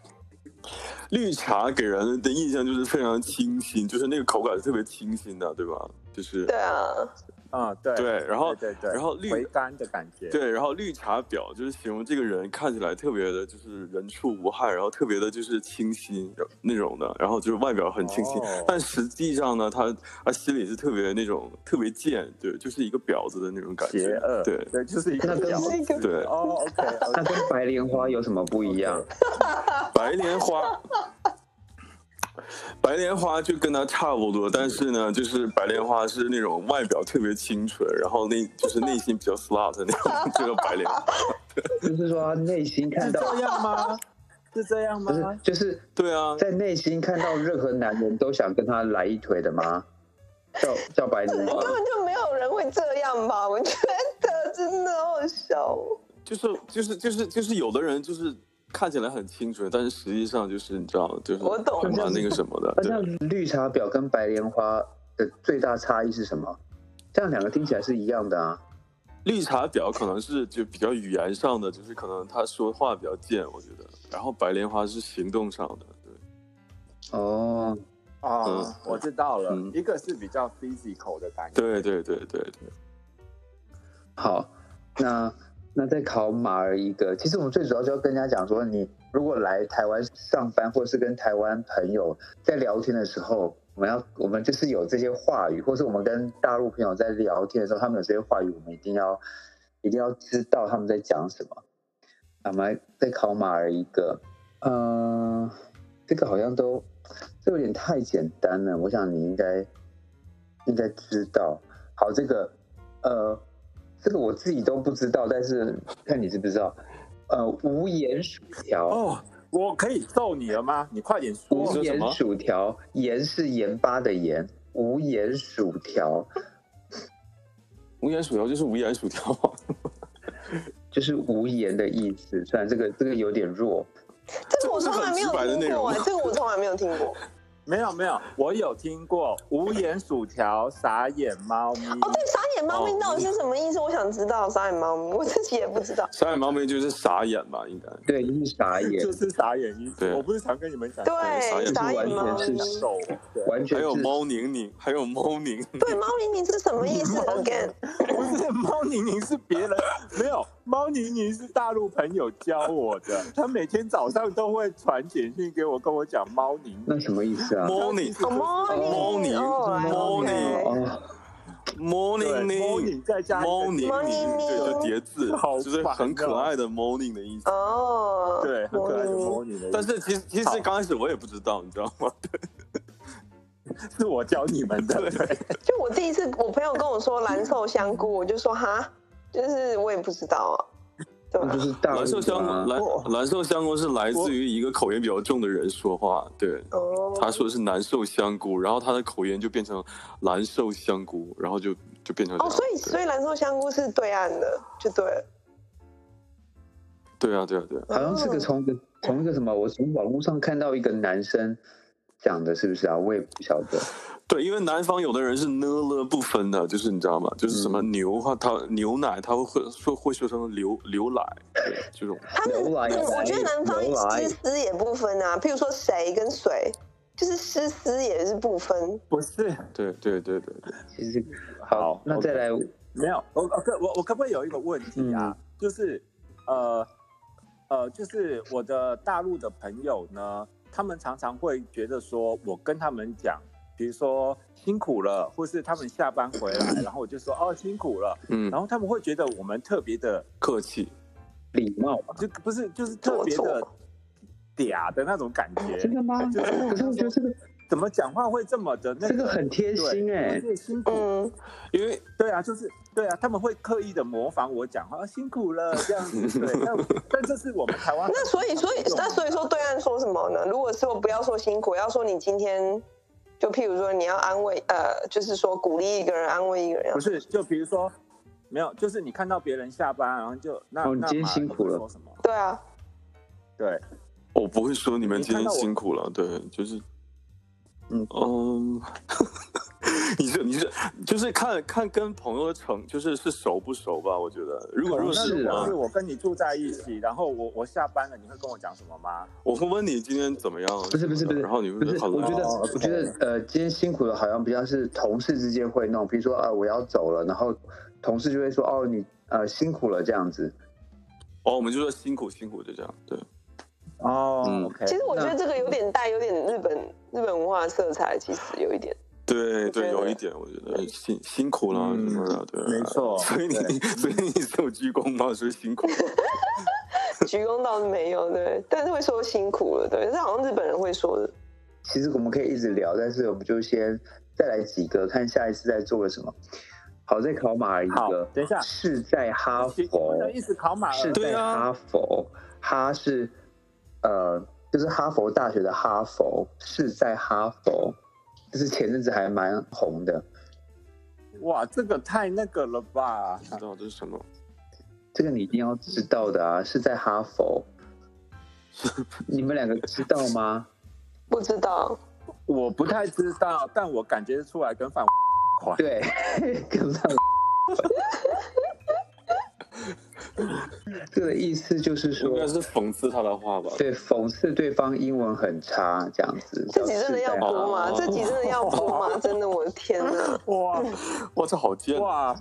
绿茶给人的印象就是非常清新，就是那个口感是特别清新的，对吧？就是对啊，嗯，对对然后对对对，然后绿回甘的感觉，对，然后绿茶婊就是形容这个人看起来特别的，就是人畜无害，然后特别的就是清新那种的，然后就是外表很清新，哦但实际上呢，他他心里是特别那种特别贱，对，就是一个婊子的那种感邪觉，恶，对对，就是一个那跟婊是一个子，对哦，OK，它跟白莲花有什么不一样？白莲花，白莲花就跟他差不多，但是呢，就是白莲花是那种外表特别清纯，然后内就是内心比较 slut 的那种，这个白莲 花。就是说他内心看是到，这样吗？是这样不是吗？就是对啊，在内心看到任何男人都想跟他来一腿的吗？叫叫白莲花根。本就没有人会这样吧？我觉得真的好 笑哦。就是就是就是就是有的人就是看起来很清纯，但是实际上就是你知道，就是我懂很蛮那个什么的，那对像绿茶婊跟白莲花的最大差异是什么？这样两个听起来是一样的啊。绿茶婊可能是就比较语言上的，就是可能他说话比较贱，我觉得。然后白莲花是行动上的，对。哦，哦嗯，我知道了嗯，一个是比较 physical 的感觉，对对对对对，好，那那再考马儿一个。其实我们最主要就要跟人家讲说，你如果来台湾上班，或是跟台湾朋友在聊天的时候，我们要我们就是有这些话语，或是我们跟大陆朋友在聊天的时候，他们有这些话语，我们一定要一定要知道他们在讲什么。那我们来再考马儿一个，嗯、这个好像都这有点太简单了，我想你应该应该知道。好，这个呃，这个我自己都不知道，但是看你知不知道。呃，无盐薯条，哦，我可以揍你了吗？你快点无说，说什盐么薯条，盐是盐巴的盐，无盐薯条无盐薯条就是无盐薯条嘛。就是无盐的意思。虽然这个这个有点弱，这个我从来没有这不是很直白的内听容过吗哎，这个我从来没有 听过。没有没有，我有听过无眼薯条、傻眼猫咪，哦，对，傻眼猫咪到底是什么意思？我想知道傻眼猫咪， 我自己也不知道。傻眼猫咪就是傻眼吧，应该。对，就是傻眼就，是傻眼一对我不是常跟你们讲，对，傻傻眼眼猫猫咪咪，手，对，完全还有是猫宁宁，还有猫宁，对，猫咪你是什么意思？Again， 不是猫宁宁是别人，没有猫宁宁是大陆朋友教我的，他每天早上都会传简讯给我，跟我讲猫宁宁。那什么意思啊？猫宁，哦，猫咪，猫咪哦猫咪，OK 哦，猫对宁猫宁宁，在家猫宁宁， Morning 对，就叠字好，就是很烦可哦爱的 morning 的意思。哦，对，很可爱的猫宁宁，但是其实其好实刚开始我也不知道，你知道吗？是我教你们的，对，就我第一次，我朋友跟我说蓝瘦香菇，我就说哈，就是我也不知道啊，对那吧就？是大蓝陆瘦香啊蓝蓝瘦香菇是来我自于一个口音比较重的人说话，对，哦，他说是难受香菇，然后他的口音就变成蓝瘦香菇，然后就就变成这哦，样所以啊所以蓝瘦香菇是对岸的，就对了。对对啊对啊对啊，好像是嗯个从一个从一个什么，我从网络上看到一个男生讲的，是不是啊？我也不晓得。对，因为南方有的人是呢了不分的，就是你知道吗？就是什么嗯牛话，他牛奶他会会说会说成牛牛奶，对，这种他们，牛奶嗯我觉得南方牛奶湿湿也不分啊，譬如说谁跟谁，就是湿湿也是不分。不是对对对对对，其实好好，那再来，没有，我我可我我可不可以有一个问题啊？就是呃呃，就是我的大陆的朋友呢，他们常常会觉得说，我跟他们讲，比如说辛苦了，或是他们下班回来，然后我就说哦辛苦了，嗯，然后他们会觉得我们特别的，呃客气，礼貌。就不是就是特别做的作嗲的那种感觉，真的吗？哎就是可是我觉得这个怎么讲话会这么的那这个很贴心哎、对辛苦嗯，因为对啊，就是对啊，他们会刻意的模仿我讲话，啊辛苦了这 样子。对，但但这是我们台湾那所以所以嗯那所以说对岸说什么呢？如果说不要说辛苦，要说你今天就譬如说你要安慰呃，就是说鼓励一个人，安慰一个人啊不，是就比如说没有，就是你看到别人下班，然后就那、哦你那今天马辛苦了会说什么？对啊，对，我不会说你们今你看天到我辛苦了，对，就是，嗯嗯， 你是你是就是看看跟朋友的成，就是是熟不熟吧？我觉得，如果如果那如是是啊果我是我跟你住在一起，然后我我下班了，你会跟我讲什么吗？我会问你今天怎么样，不是不是不是，然后你会不是，说我觉得哦我觉得呃，今天辛苦了，好像比较是同事之间会弄，比如说呃我要走了，然后同事就会说哦你呃辛苦了这样子，哦，我们就说辛苦辛苦，就这样，对，哦、嗯哎 o k 其实我觉得这个有点带有点日本日本文化的色彩，其实有一点。 对我觉对，得有一点，我觉得辛辛苦了嗯什么的，啊对，没错所以你所以你是有鞠躬吗？所以辛苦了，鞠躬倒是没有，对，但是会说辛苦了，对，这好像日本人会说的。其实我们可以一直聊，但是我们就先再来几个，看下一次再做个什么。好，再考马儿一好个，等一下是在哈不佛，能一直考马是儿。啊在哈佛，哈是呃，就是哈佛大学的哈佛，是在哈佛，就是前阵子还蛮红的。哇，这个太那个了吧？不知道这是 什么？这个你一定要知道的啊，是在哈佛。你们两个知道吗？不知道，我不太知道，但我感觉出来跟反 款。对，跟上。这个意思就是应该说，是讽刺他的话吧？对，讽刺对方英文很差这样子。这集真的叫要世代播吗哦？这集真的要播吗？真的，我的天哪！哇，哇，这好贱！哇，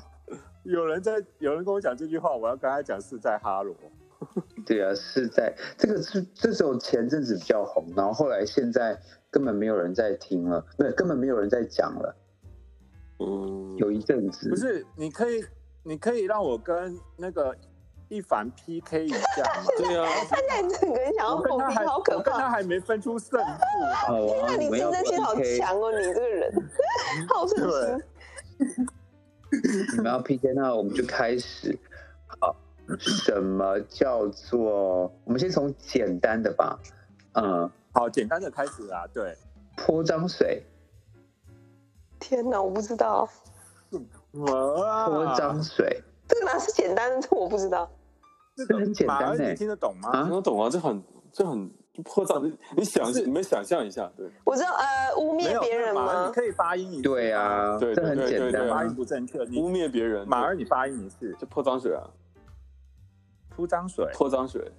有人在，有人跟我讲这句话，我要跟他讲是在哈罗。对啊，是在这个是这时候前阵子比较红，然后后来现在根本没有人在听了，对，根本没有人在讲了，嗯，有一阵子不是，你可以，你可以让我跟那个一凡 PK 一下吗？对呀、他现在整个人想要我跟破他冰，还，啊好可我跟他怕！还没分出胜负。好啊，那你我们竞要争心好 PK，强哦，你这个人 好胜心。你们要 PK，那我们就开始。好，什么叫做？我们先从简单的吧，嗯，好，简单的开始啊，对，泼脏水，天哪，我不知道，哇啊泼，脏水，这个哪是简单的？这我不知道。这这个很简单马儿欸你听得懂吗？啊听得懂啊，这很这很破绽。你你想是你们想象一下，对我知道，呃，污没蔑有，别人马儿你吗？可以发音一次。对啊，对这很对对简对单发啊音，不正确，污你蔑别人，马儿你发音一次，就泼脏水啊，泼脏水，泼 脏水，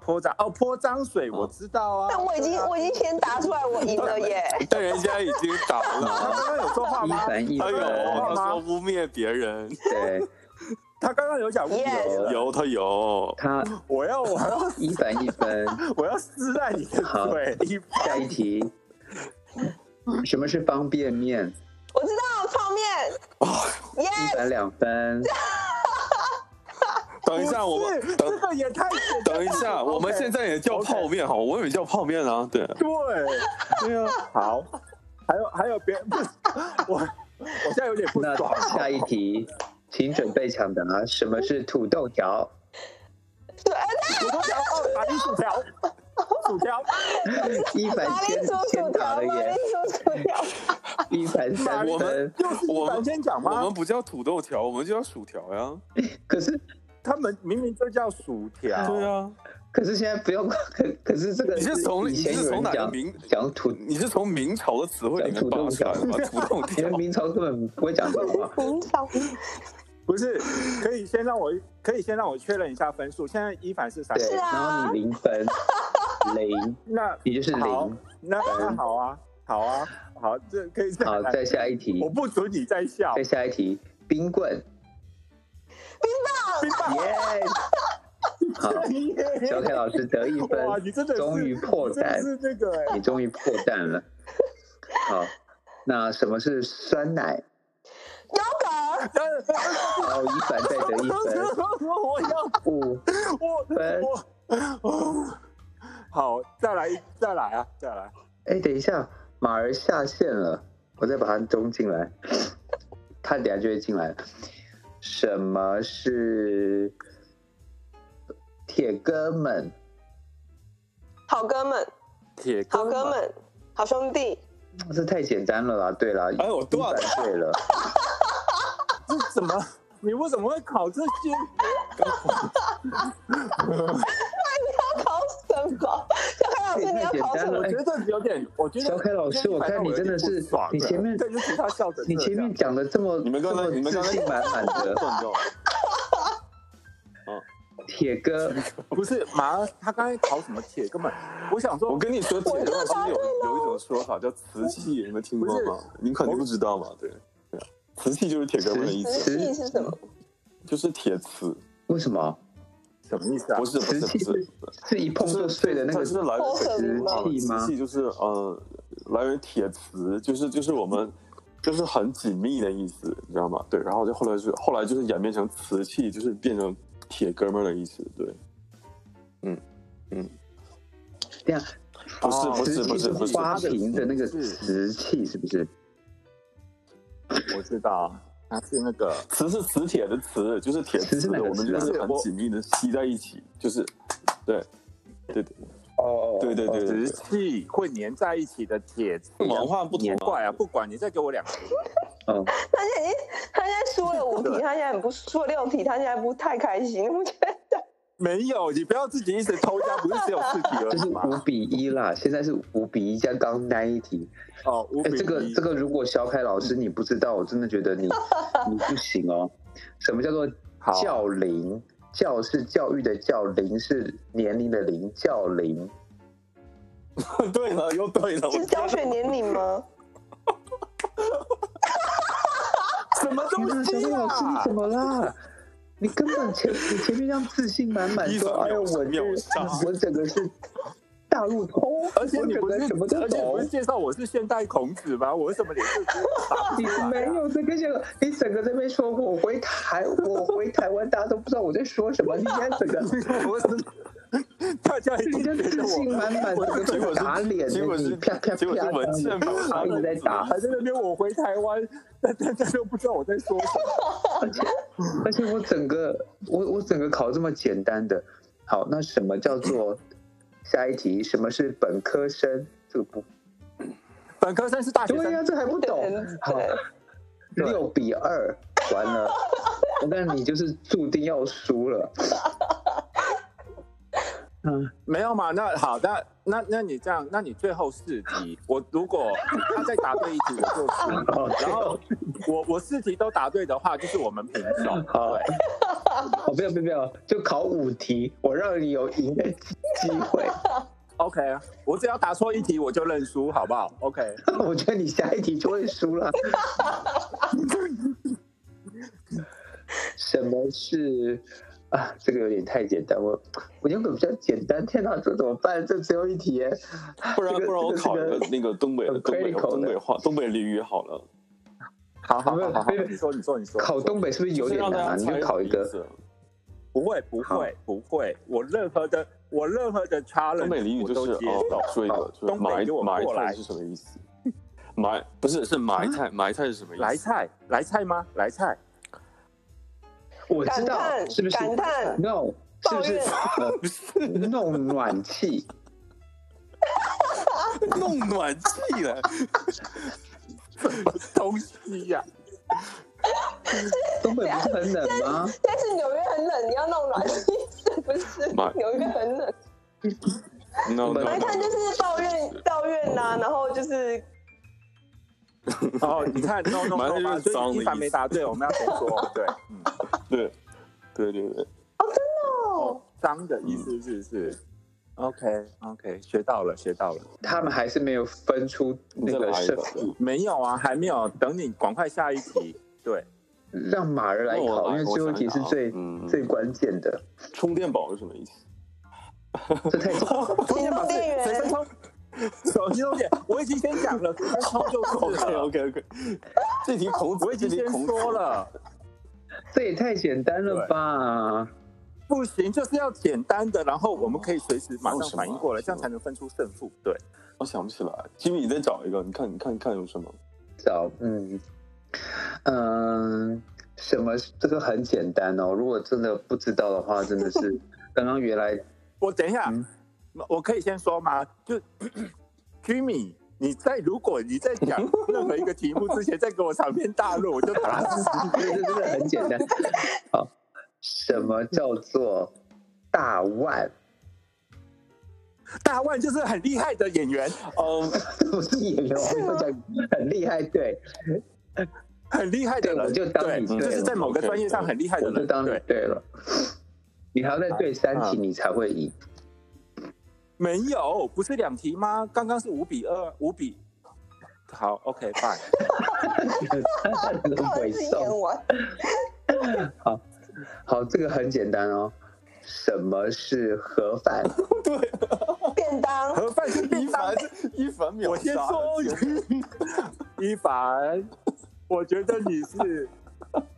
泼脏哦，泼脏水，我知道啊。但我已经对啊我已经先答出来，我赢 了耶！但人家已经打他了，刚刚有说话一吗？凡一他凡，有有他吗说污蔑别人，对，他刚刚有讲过 Yes 有他有， 他我要我要 一凡一分。我要撕烂你的好嘴！一下一 题，什么是方便面？我知道泡面，哦耶！一凡两分，等一下不我们是这等个也太简单了等一下，我们 OK，现在也叫 OK 泡面好，我也叫泡面啊，对， 对对啊，好，还有还有别不是我我现在有点不那爽，下一题，请准备抢答，什么是土豆 条？对，哎薯条哦，打你薯条，薯条，哎一凡马先铃薯薯先答了条，马铃耶，薯薯条，一凡三我们分。就是我一们凡先我讲吗们？不叫土豆条，我们就叫薯条呀，可是他们明明就叫薯条，对啊，可是现在不用，可可是这个你是从以前你是有人从哪个讲明讲土，你是从明朝的词汇里面扒出来的吗？ 土豆你条们，明朝根本不会讲这种话。明朝不是，可以先让我可以先让我确认一下分数，现在一凡是三，对，啊然后你零分，零，那你就是好零。，那那好啊，好啊，好，这可以再好，来再下一题 哎我，不准你再笑再，下一题，冰棍。冰棒，耶！ 好，小凯老师得一分哇，你真的是终于破你真的绽，是那个欸哎你终于破绽了。好，那什么是酸奶？优格，然后一凡再得一分，我要五我分。我， 好，再来再来啊，再来。哎，等一下，马儿下线了，我再把它中进来，他等下就会进来。什么是铁哥们？好哥们，铁哥好哥们，好兄弟，这太简单了啦！对啦，哎我一多少凡对了，这怎么？你为什么会考这些？要考什么？小凯老师，你要考太简什单么了我？觉得有点，我觉得小凯老师今天我看晚上你有真的点不是爽你前面对，尤其他笑成你这前样面讲的这么你们刚才这你么们自刚才信满满 的断掉了，铁哥，不是马儿，他刚才考什么铁？根本我想说，我跟你说，铁哥老师有有一种说法叫瓷器，你们听过吗？你肯定不知道嘛，对。对啊瓷器就是铁哥们的意思，瓷器是什嗯么？就是铁瓷，为什么什么意思啊不？是不是不瓷器是，是是一碰就是就碎的那它个是来源脱粉吗瓷器吗器就是呃，来源铁瓷，就是就是我们就是很紧密的意思，你知道吗？对，然后就后来是后来就是演变成瓷器，就是变成铁哥们儿的意思，对，这样？不是哦不是瓷器不是不是，花瓶的那个是瓷器是不是？我知道，啊他是那个磁是磁铁的磁，就是铁磁是磁哪，个我们磁就啊是很紧密的吸在一起，就是，对，对对哦对对对瓷对，器会粘在一起的铁器啊，文化不同难啊，怪啊！不管你再给我两个，哦，他现在已经，他现在输了五 题，他现在很不输了六题，他现在不太开心，我觉得。没有，你不要自己一直偷家，不是只有自己而就是已嘛。五比一啦，现在是五比一，像刚那一题。哦，五哎，比这个一这个，如果小凯老师你不知道，我真的觉 得你你不行哦。什么叫做好教龄？教是教育的教，龄是年龄的龄，教龄。对了又对了，我是教学年龄吗？ 什么天哪，东小西凯老师你啊怎？么啦？你根本前你前面这样自信满 满一说，凡哎呦，秒我秒是杀我整个是大路通，而且我你整不是个什么，都而且你不懂是。介绍我是现代孔子吗？我为什么脸就打不 你出来啊没有这个这个，你整个在那边说我回台，我回台湾，大家都不知道我在说什么。你现在整个，我是大家一你定这觉得自信我满满，我整个打脸，结果你是啪啪啪，结果是文倩把他一直在打，嗯还在那边我回台湾，但大家都不知道我在说什么。而且我整个我我整个考这么简单的，好，那什么叫做下一题？什么是本科生？这个不本科生是大学对呀、生，这还不懂对。好，六比二，完 了，那你就是注定要输了。嗯，没有嘛？那好，那那那你这样，那你最后四题，我如果他再答对一题，我就输。好，然后我我四题都答对的话，就是我们平手。好，哦，不要不要不要，就考五题，我让你有赢的机会。 OK，我只要答错一题，我就认输，好不好？OK，我觉得你下一题就会输了。什么是啊？这个有点太简单，我我用个比较简单。天哪，这怎么办？这只有一题耶，不然这个不然我这个考一个这个那个东北很的东北 critical 的东北话东北俚语好了，好好好好好，没有没有你说你说你说，考东北是不是有就是点让大难家啊？你猜就考一意个思不会不好会不会，我任何的我任何的东北俚 challenge 语我就都是接哦受。，说一好个就是东北埋给我过埋来汰是什么意思？埋不是是埋汰埋汰是什么意思？来菜来菜吗？来菜我知感道叹是不是感叹？No，是不是抱？呃弄暖气，弄暖气了，东西呀、东北不是很冷吗？但是纽约很冷，你要弄暖气是不是妈？纽约很冷， no no 来看 no，就是抱怨抱怨呐、然后就是哦，你看 no no 埋汰 no 嘛，就是所脏以的一凡意没思答对，我们要重 说。对，嗯，对对对对。哦，脏的意嗯思是是。OK OK，学到了学到了。他们还是没有分出那再个来一胜个负。没有啊，还没有，等你赶快下一题。对，让马儿来那哦我考，因来为我最后一想题是想啊最嗯最关键的，充电宝是什么意思？这 太简行动电随身源，充，手机充电，我已经先讲 了，随身充就是 OK 了。 OK OK，这题孔子，我已经这题先孔子说。了，这也太简单了吧？不行，就是要简单的，然后我们可以随时马上反应过来，嗯哦这样才能分出胜负。对，我想不起来，吉米，你再找一个，你看，你看，你看有什么？找嗯嗯，什么？这个很简单哦。如果真的不知道的话，真的 是刚刚原来我等一下嗯，我可以先说吗？就 Jimmy。你在如果你在讲任何一个题目之前，再给我长篇大 论，我就打死你。啊这真的很简单。好，什么叫做大腕？ 大腕就是很厉害的演员，哦嗯，我是演员，我是跟吗你讲很厉害，对，很厉害的对，我人，就当你对，对就是在了，某个 OK，专业上很厉害的我就人。当你对，对了。你还要再啊对三题，你才会赢。 没有，不是两题吗？刚刚是五比二，五比。好，OK，fine。轮靠回自己演送。完，好，这个很简单哦。什么是盒饭？对，便当，盒饭是一便 当凡，一凡秒我先杀说天哪一凡，我觉得你是，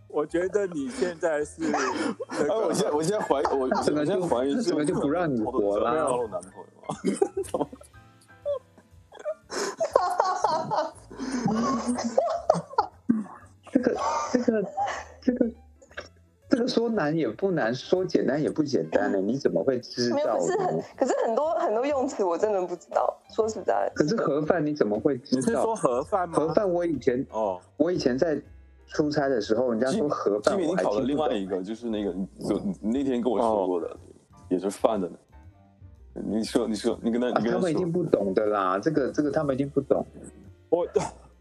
我觉得你现在是那哎，啊我现在个。我现在怀疑，我我这个现在就怀疑是，这个就不让你活啦交了男朋友吗？这个这个这个这个说难也不难，说简单也不简单呢。你怎么会知没有，道可是呢很？，可是很多很多用词我真的不知道，说实在，可是盒饭你怎么会知你是道说？盒饭吗？盒饭我以前哦，我以前在出差的时候，人家说盒吉饭，米，我你还考了听另不外懂。哦一个，就是那个，你你那天跟我说过的，也是饭的呢。你说，你说，你跟他，啊，你跟他们一定说，不懂的啦，这个这个他们一定不懂，我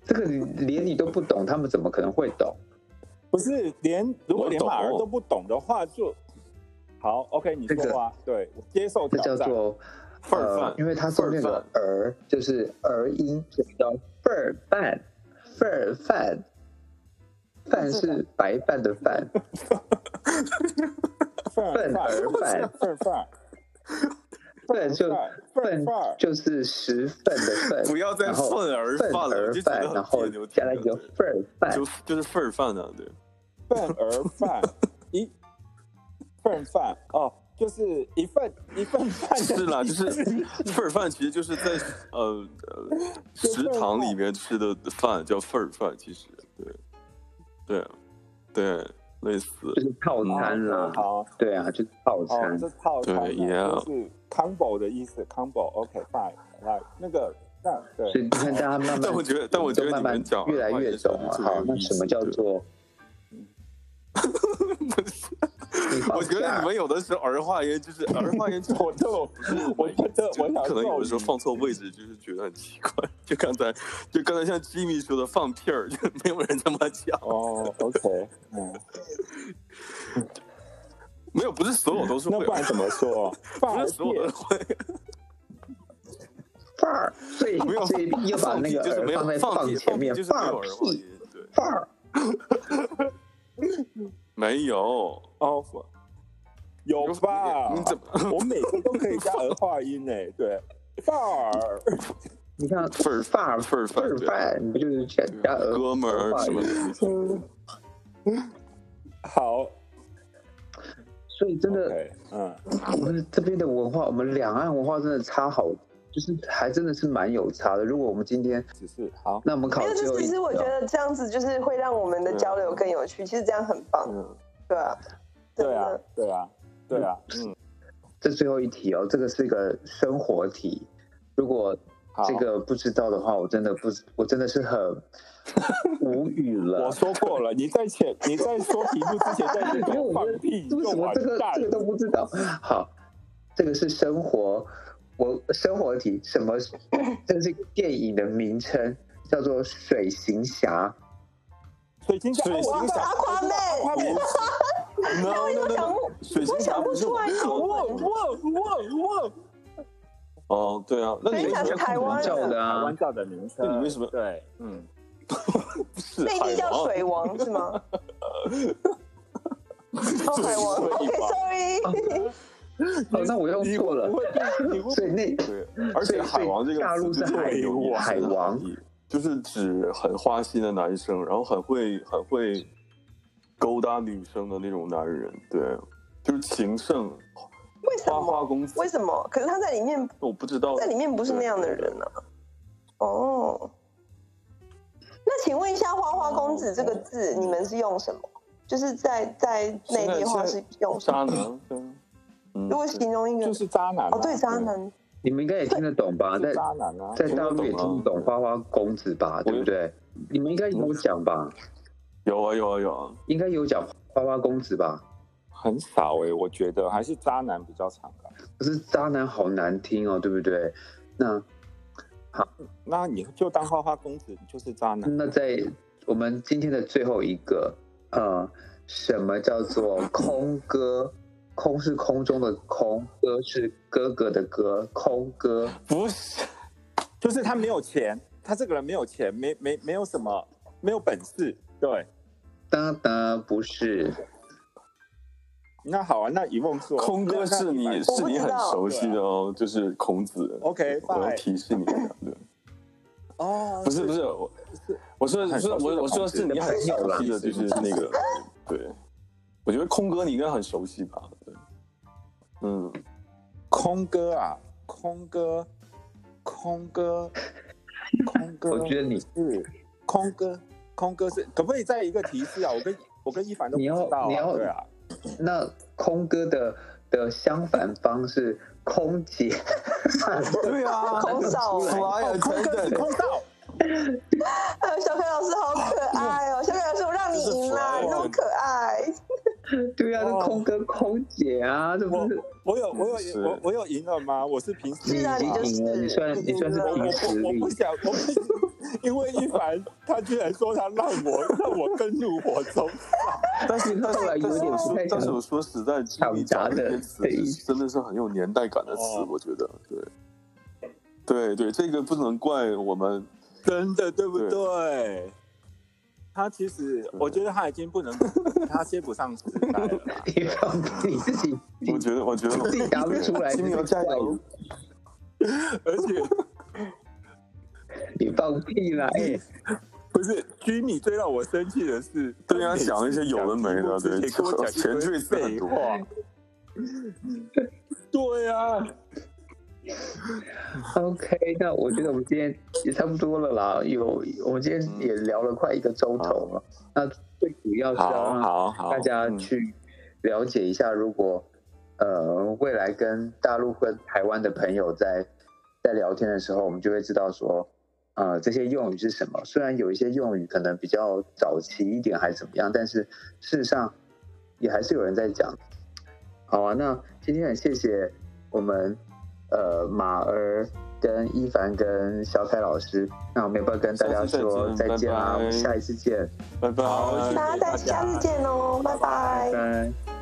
这个你连你都不懂，他们怎么可能会懂？不是连如果连我懂马儿都不懂的话，就好。OK，你说啊，对我接受这挑叫战。做份儿呃饭，因为它中间有份儿个儿，就是儿音，所以叫份儿饭，份儿饭，饭是白饭的饭，份儿饭，份儿饭份儿饭，份就份份儿饭，就是十份的份，不要再然后份儿份饭了儿就觉饭得，很然后别扭加了一听着个份儿饭就，就是份儿饭呢，对。份儿饭，一份儿饭哦，就是一份一份饭的是啦，意就思是份儿饭，其实就是在呃呃食堂里面吃的饭叫份儿饭，其实对对对，类似就是套哦餐啦，哦好，对啊，就是套哦，餐这。套餐啊对，yeah 就是 combo 的意思，combo，OK fine，来那个那所对以你看，大家慢慢，但我觉得但我觉得都慢你慢们讲越来越懂了。话也是好有，那意思什么叫的 做？你放我觉得假你们有的时候儿化音就是儿 化音，我就 我觉得我想可能有的时揍候你放错位置，就是觉得很奇怪。就刚才就刚才像吉米说的放屁儿，就没有人这么讲。哦，OK，嗯， 没有，不是所有都是那会不然儿，怎么说？不饭是所有店都会。范儿，所以没 有所以又把放那屁个就是耳没有放在放屁，前放屁面，就是没范有儿儿化音屁，对，范儿，没有。哦，有吧？你 怎么我每个都可以加儿化音诶，对，范儿。你看份儿范儿份儿范饭儿对啊饭，你不就是呃加加耳哥们耳儿化什么音？的？好所以真的， ，OK，嗯，我们这边的文化，我们两岸文化真的差好，就是还真的是蛮有差的。如果我们今天，只是好，那我们考没有，最就后一其题实我觉哦，得这样子就是会让我们啊的交流更有趣，其实这样很棒，嗯对啊，真对啊的，，对啊，对啊，嗯，这最后一题哦，这个是一个生活题，如果好，这个不知道的话，我真的不，我真的是很无语了 啊我。说过了，你在前你在说题目之前在 这因为边我觉放得屁，为就什么完这个蛋这个都不知道？好，这个是生活，我生活题，什 么？这是电影的名称，叫做《水行侠水晶水我晶知道侠阿夸妹，阿 妹， No no 想 no，不水我想晶侠不不是出来中哇文，哇哇哇！哦，对啊，那你水为晶什侠是么要台》湾叫的，的台啊湾。叫的名称，那你为什么对，嗯，不是内海地叫王水王是吗？哦， 就是海王。水王 OK，sorry。哦，那我用你错了不。会， 你不所以那对，而且“海王”这个大陆词是就是海很有意思海的王含义，就是指很花心的男生，然后很会很会勾搭女生的那种男人，对，就是情圣、为什花么？花公子为。什么？可是他在里面，我不知道在里面不是那样的人啊。哦，那请问一下，“花花公子”这个字，你们是用什么？就是在在内现在地话是用什么？渣男，嗯嗯如果形容一个，就是渣男、啊。哦，对，渣男，你们应该也听得懂吧？对，在是渣男啊。在大陆也听得懂啊听不懂花花公子吧？对不对？你们应该有讲吧？有啊有啊有啊，应该有讲花花公子吧？很少欸哎、我觉得还是渣男比较常啊吧。可是渣男好难听哦，对不对？那那你就当花花公子，你就是渣男。那在我们今天的最后一个，呃，什么叫做空歌？空是空中的空，歌是哥哥的歌，空歌。不是，就是他没有钱，他这个人没有钱，没没没有什么，没有本事。对，当当不是，那好啊，那一梦说，空哥是你那那是你很熟悉的哦，就是孔子。 OK，我要拜提示你一下，对，哦，不是不是我，我说很熟悉的我说我我孔说的子是你很熟悉的，就是那个，对，我觉得空哥你应该很熟悉吧，对，嗯，空哥啊，空哥，空哥，空哥，我觉得你是空哥，空哥是可不可以再一个提示啊？我跟我跟一凡都不你知要道、你啊，要 对啊，那空歌的的相反方是空姐， 对啊，空少欸 Fly 哦空哥是 attendant 空少，哎呦，小凯老师好可爱 哦！小凯老师，我让你赢啦，你那么可爱。对啊，哦那空哥空姐啊，这不是我有我是有我我有赢了吗？我是平时你是啊已你就经赢了，是你算你算是我凭实我我力不。想，我不因为一凡他居然说他让我让我更入火中，但是但是 后来有但是点我不太说，但是想我说实在，抢答的这些的意词思是真的是很有年代感的词，哦我觉得对。对对，这个不能怪我们，真的对不对对？他其实，对我觉得他已经 不能，他接不上时代了啦。你放你自己，我觉得，我觉得自己答不出来 金这牛是加怪油人！而且你放屁啦！哎，不是居米最让我生气的是，对啊，讲一些有的没的，对，前跟我讲一前堆缀词很废多。话。对啊， OK，那我觉得我们今天也差不多了啦，有我们今天也嗯聊了快一个钟头了。那最主要是要好让好好，大家嗯去了解一下，如果呃未来跟大陆跟台湾的朋友在在聊天的时候，我们就会知道说，呃，这些用语是什么。虽然有一些用语可能比较早期一点还是怎么样，但是事实上也还是有人在讲。好啊，那今天很谢谢我们呃马儿。跟一凡跟小凯老师，那我们要不要跟大家下次再说见再见啊？拜拜我们下一次见，拜拜，好谢谢大家再下次见哦，拜拜。拜拜。